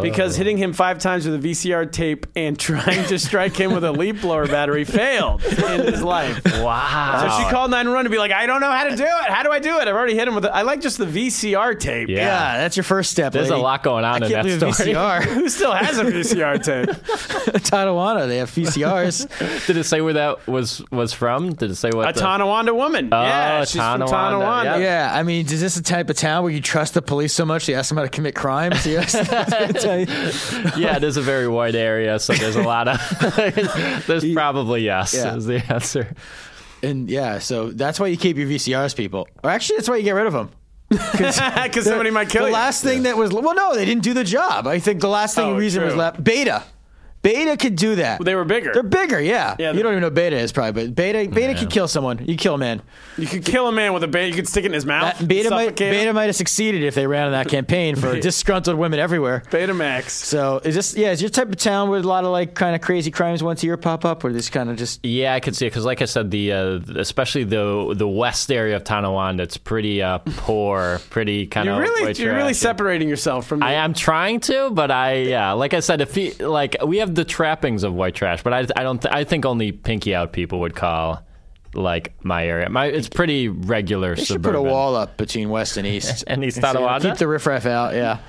C: because hitting him five times with a VCR tape and trying to strike him with a leaf blower battery failed in his life. So
F: Wow.
C: she called 911 to be like, I don't know how to do it. How do I do it? I've already hit him with a, I like just the VCR tape.
F: yeah.
D: yeah. that's your first step.
F: There's a
D: lady.
F: lot going
D: I
F: on in
D: can't
F: that
D: believe
F: story.
D: VCR.
C: Who still has a VCR tape?
D: Tonawanda, they have VCRs.
F: Did it say where that was was from? Did it say what
C: A
F: the-
C: Tonawanda woman.
F: Oh,
C: yeah, she's from
F: Tonawanda.
C: Tonawanda.
F: Yep.
D: yeah, I mean, is this the type of town where you trust the police so much you ask them how to commit crimes? Yes.
F: Yeah, it is a very wide area, so there's a lot of there's probably yes
D: Yeah.
F: is the answer.
D: and yeah, so that's why you keep your VCRs, people. Or actually, that's why you get rid of them.
C: because somebody might kill
D: the
C: you.
D: last thing that was well, no, they didn't do the job. I think the last thing
C: Oh,
D: reason was
C: true.
D: left beta. Beta could do that.
C: they were bigger.
D: They're bigger, yeah.
C: Yeah,
D: you
C: they-
D: don't even know what beta is probably, but beta beta could kill someone. You kill a man.
C: you could kill a man with a beta. You could stick it in his mouth.
D: That, beta might
C: suffocate
D: beta
C: him.
D: might have succeeded if they ran on that campaign for disgruntled women everywhere.
C: Betamax.
D: So is this yeah? Is your type of town where a lot of like kind of crazy crimes once a year pop up, or this kind of just
F: Yeah, I could see it because, like I said, the uh, especially the the west area of Tonawanda, it's pretty uh, poor, pretty kind
C: You're
F: of.
C: really, you're really separating yourself from. The,
F: I am trying to, but I yeah, like I said, if he, like we have the trappings of white trash, but I I don't th- I think only pinky out people would call like my area. My it's pretty regular.
D: they should put
F: suburban.
D: a wall up between west and east
F: And East
D: So
F: Tonawanda?
D: Keep the riffraff out, yeah.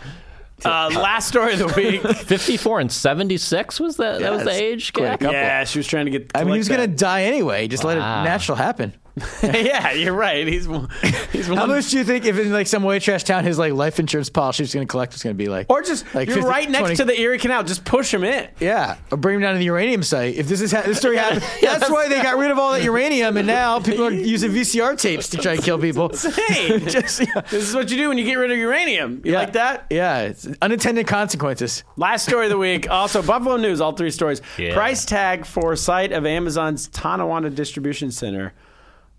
C: uh, last story of the week.
F: Fifty-four and seventy-six was that? that was the
C: that's
F: age gap.
C: yeah, she was trying to get.
D: I mean, he
C: collect
D: was gonna
C: that.
D: die anyway. Just let it
F: Wow.
D: natural happen.
C: yeah, you're right. He's one- he's
D: How
C: one.
D: much do you think if in like some way trash town his like life insurance policy was going to collect was going to be like?
C: or just
D: like
C: you're
D: 50
C: right next
D: 20
C: to the Erie Canal. Just push him in.
D: yeah, or bring him down to the uranium site. If this is ha- this story happened, that's why they got rid of all that uranium, and now people are using VCR tapes to try and kill people.
C: Hey,
D: Just yeah,
C: this is what you do when you get rid of uranium. You
D: Yeah.
C: like that?
D: yeah, it's unintended consequences.
C: Last story of the week. Also, Buffalo News, all three stories.
F: Yeah.
C: Price tag for site of Amazon's Tonawanda distribution center.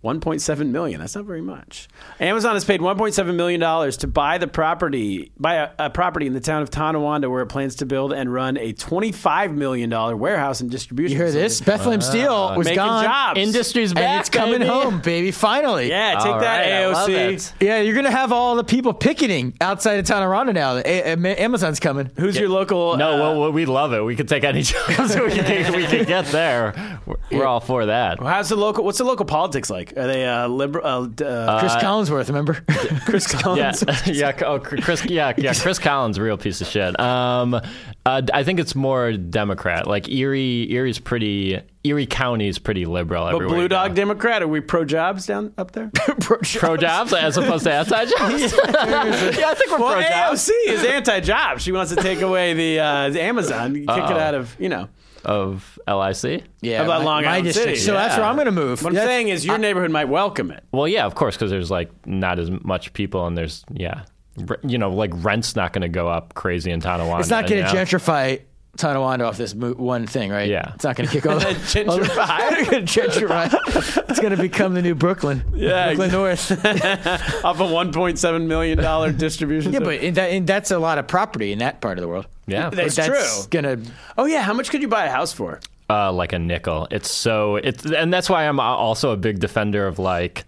C: 1.7 million. That's not very much. Amazon has paid 1.7 million dollars to buy the property, buy a, a property in the town of Tonawanda, where it plans to build and run a 25 million dollar warehouse and distribution.
D: You hear
C: center.
D: this? Bethlehem Steel was
C: Making
D: gone.
C: jobs.
F: Industry's
D: and
F: back.
D: it's coming
F: baby.
D: home, baby. Finally.
C: Yeah, take
F: All
C: that
F: right, I love
C: AOC.
F: it.
D: Yeah, you're gonna have all the people picketing outside of Tonawanda now. A- A- Amazon's coming.
C: Who's your local?
F: No,
C: uh,
F: well, well, we love it. We could take any jobs we can, we can get there. We're, we're all for that.
C: How's the local? What's the local politics like? Are they uh, liberal? Uh, d- uh,
D: Chris Collinsworth, remember?
C: Chris Collins.
F: Yeah, yeah, oh, Chris, yeah, yeah, Chris Collins, real piece of shit. Um, uh, I think it's more Democrat. Like Erie, Erie's pretty. Erie County is pretty liberal.
C: But
F: everywhere
C: Blue
F: you go.
C: Dog Democrat. Are we pro jobs down up there?
F: pro jobs as opposed to anti jobs. yeah, I think we're pro
C: Well,
F: jobs.
C: AOC is anti-job. She wants to take away the, uh, the Amazon, kick it out of you know.
F: Of LIC.
D: Yeah,
C: About
D: my,
C: Long
D: my
C: Island
D: district.
C: City.
D: So that's where
F: Yeah.
D: I'm going to move.
C: What I'm
D: That's-
C: saying is, your neighborhood might welcome it.
F: Well, yeah, of course, because there's like not as much people, and there's yeah, r- you know, like rent's not going to go up crazy in Tonawanda.
D: it's not going
F: you
D: to
F: know?
D: gentrify Tonawanda off this mo- one thing, right?
F: Yeah.
D: it's not going to kick all that.
C: Gentrify.
D: gentrify. It's going to become the new Brooklyn.
C: Yeah,
D: Brooklyn
C: ex-
D: North.
C: off a 1.7 million dollar distribution.
D: yeah,
C: center.
D: but in that, in, that's a lot of property in that part of the world.
F: Yeah, of
C: They- It's
D: that's
C: true.
D: Going to
C: oh yeah, how much could you buy a house for?
F: uh, like a nickel. It's so it's and that's why I'm also a big defender of like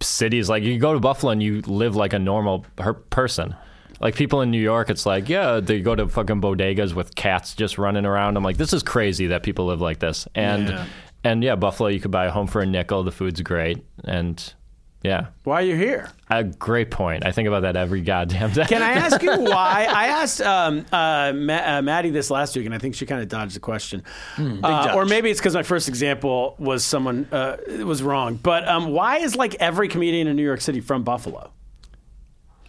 F: cities. Like you go to Buffalo and you live like a normal per- person. Like people in New York, it's like yeah, they go to fucking bodegas with cats just running around. I'm like, this is crazy that people live like this. And and yeah, Buffalo, you could buy a home for a nickel. The food's great, and Yeah.
C: Why you're here?
F: A great point. I think about that every goddamn day.
C: Can I ask you why? I asked um, uh, Ma- uh, Maddie this last week, and I think she kind of dodged the question. Uh, or maybe it's because my first example was someone uh, it was wrong. But um, why is like every comedian in New York City from Buffalo?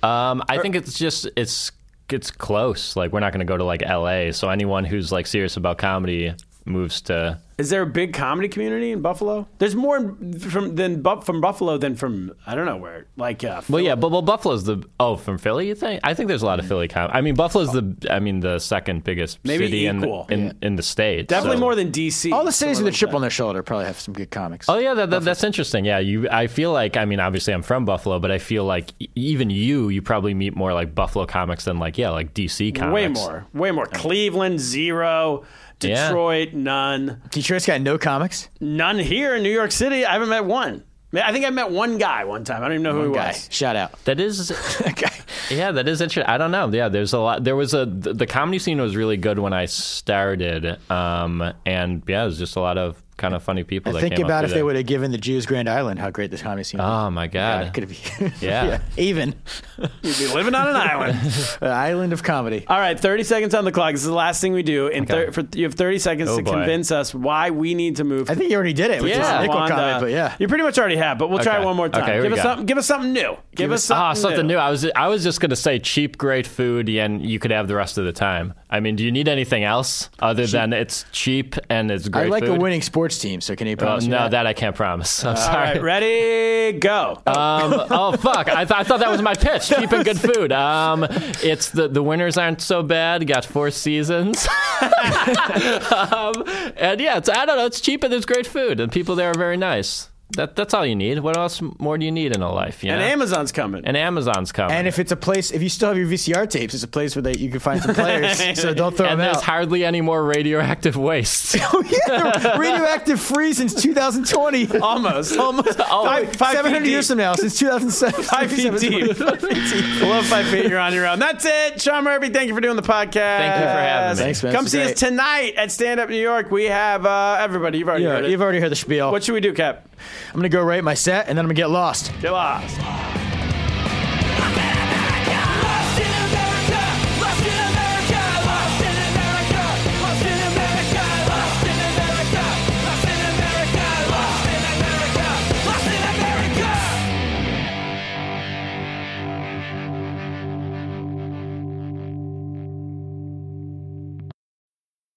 F: Um, I think it's just it's it's close. Like we're not going to go to like L.A. So anyone who's like serious about comedy moves to.
C: Is there a big comedy community in Buffalo? There's more in- from than Bu- from Buffalo than from I don't know where. Like uh,
F: Well, yeah, but well, Buffalo's the oh from Philly. You think? I think there's a lot of Philly com I mean, Buffalo's the I mean the second biggest
C: Maybe
F: city in,
C: equal.
F: in in the state.
C: definitely
F: so-
C: more than DC.
D: All the cities with a chip on their shoulder probably have some good comics.
F: Oh yeah, that, that, that's interesting. Yeah, you. I feel like I mean, obviously, I'm from Buffalo, but I feel like e- even you, you probably meet more like Buffalo comics than like yeah, like DC comics.
C: way more, way more. Cleveland zero,
F: Yeah.
C: Detroit none.
D: Detroit's got no comics.
C: None here in New York City. I haven't met one. I think I met one guy one time. I don't even know who he
D: Guy,
C: was.
D: shout out.
F: That is,
D: Okay.
F: yeah, that is interesting. I don't know. Yeah, there's a lot. There was a the, the comedy scene was really good when I started, um, and yeah, it was just a lot of kind of funny people. that
D: Think
F: came up
D: about
F: through
D: if they
F: there.
D: would have given the Jews Grand Island, how great this comedy scene would
F: Oh my god.
D: Could have
F: Yeah.
D: Even.
C: You'd be living on an island.
D: An island of comedy.
C: All right, 30 seconds on the clock. This is the last thing we do. And
F: Okay.
C: thir- for, you have 30 seconds
F: Oh,
C: to
F: boy.
C: convince us why we need to move.
D: I think you already did it, which is
F: Yeah.
D: a nickel
C: Wanda.
D: comment, but yeah.
C: You pretty much already have, but we'll try
F: Okay.
C: one more time.
F: Okay, here
C: give,
F: we
C: us
F: go.
C: something, give us something new. Give us something,
F: Ah, something new. I was I was just gonna say cheap, great food, and you could have the rest of the time. I mean, do you need anything else other than it's cheap and it's
D: I
F: great?
D: like
F: food?
D: a winning sports team, so can you
F: Oh,
D: promise me
F: no,
D: that?
F: that? I can't promise. I'm
C: All
F: sorry.
C: right, ready, go.
F: Um, oh fuck! I, th- I thought that was my pitch. Cheap and good food. Um, it's the the winners aren't so bad. Got four seasons. um, and yeah, it's, I don't know. It's cheap and there's great food and people there are very nice. That that's all you need. What else more do you need in a life? You
C: and
F: know?
C: Amazon's coming.
F: and Amazon's coming.
D: And if it's a place, if you still have your VCR tapes, it's a place where they, you can find some players. so don't throw
F: And
D: them
F: there's
D: out.
F: hardly any more radioactive waste.
D: oh yeah, they're radioactive free since 2020.
C: Almost. Almost.
D: Five- 700 years from now, since 2007.
C: Five feet
D: 2007.
C: deep. Love five feet. You're on your own. That's it. Sean Murphy, thank you for doing the podcast. Thank
F: you for having me.
D: Thanks, man.
C: Come
D: This
C: see
D: was
C: us tonight at Stand Up New York. We have uh, everybody. You've already
D: Yeah,
C: heard it.
D: you've already heard the spiel.
C: what should we do, Cap?
D: I'm going to go write my set and then I'm going to get lost.
C: Get lost.
G: Lost in America, lost in America, lost in America, lost in America, lost in America, lost in America, lost in America, lost in America.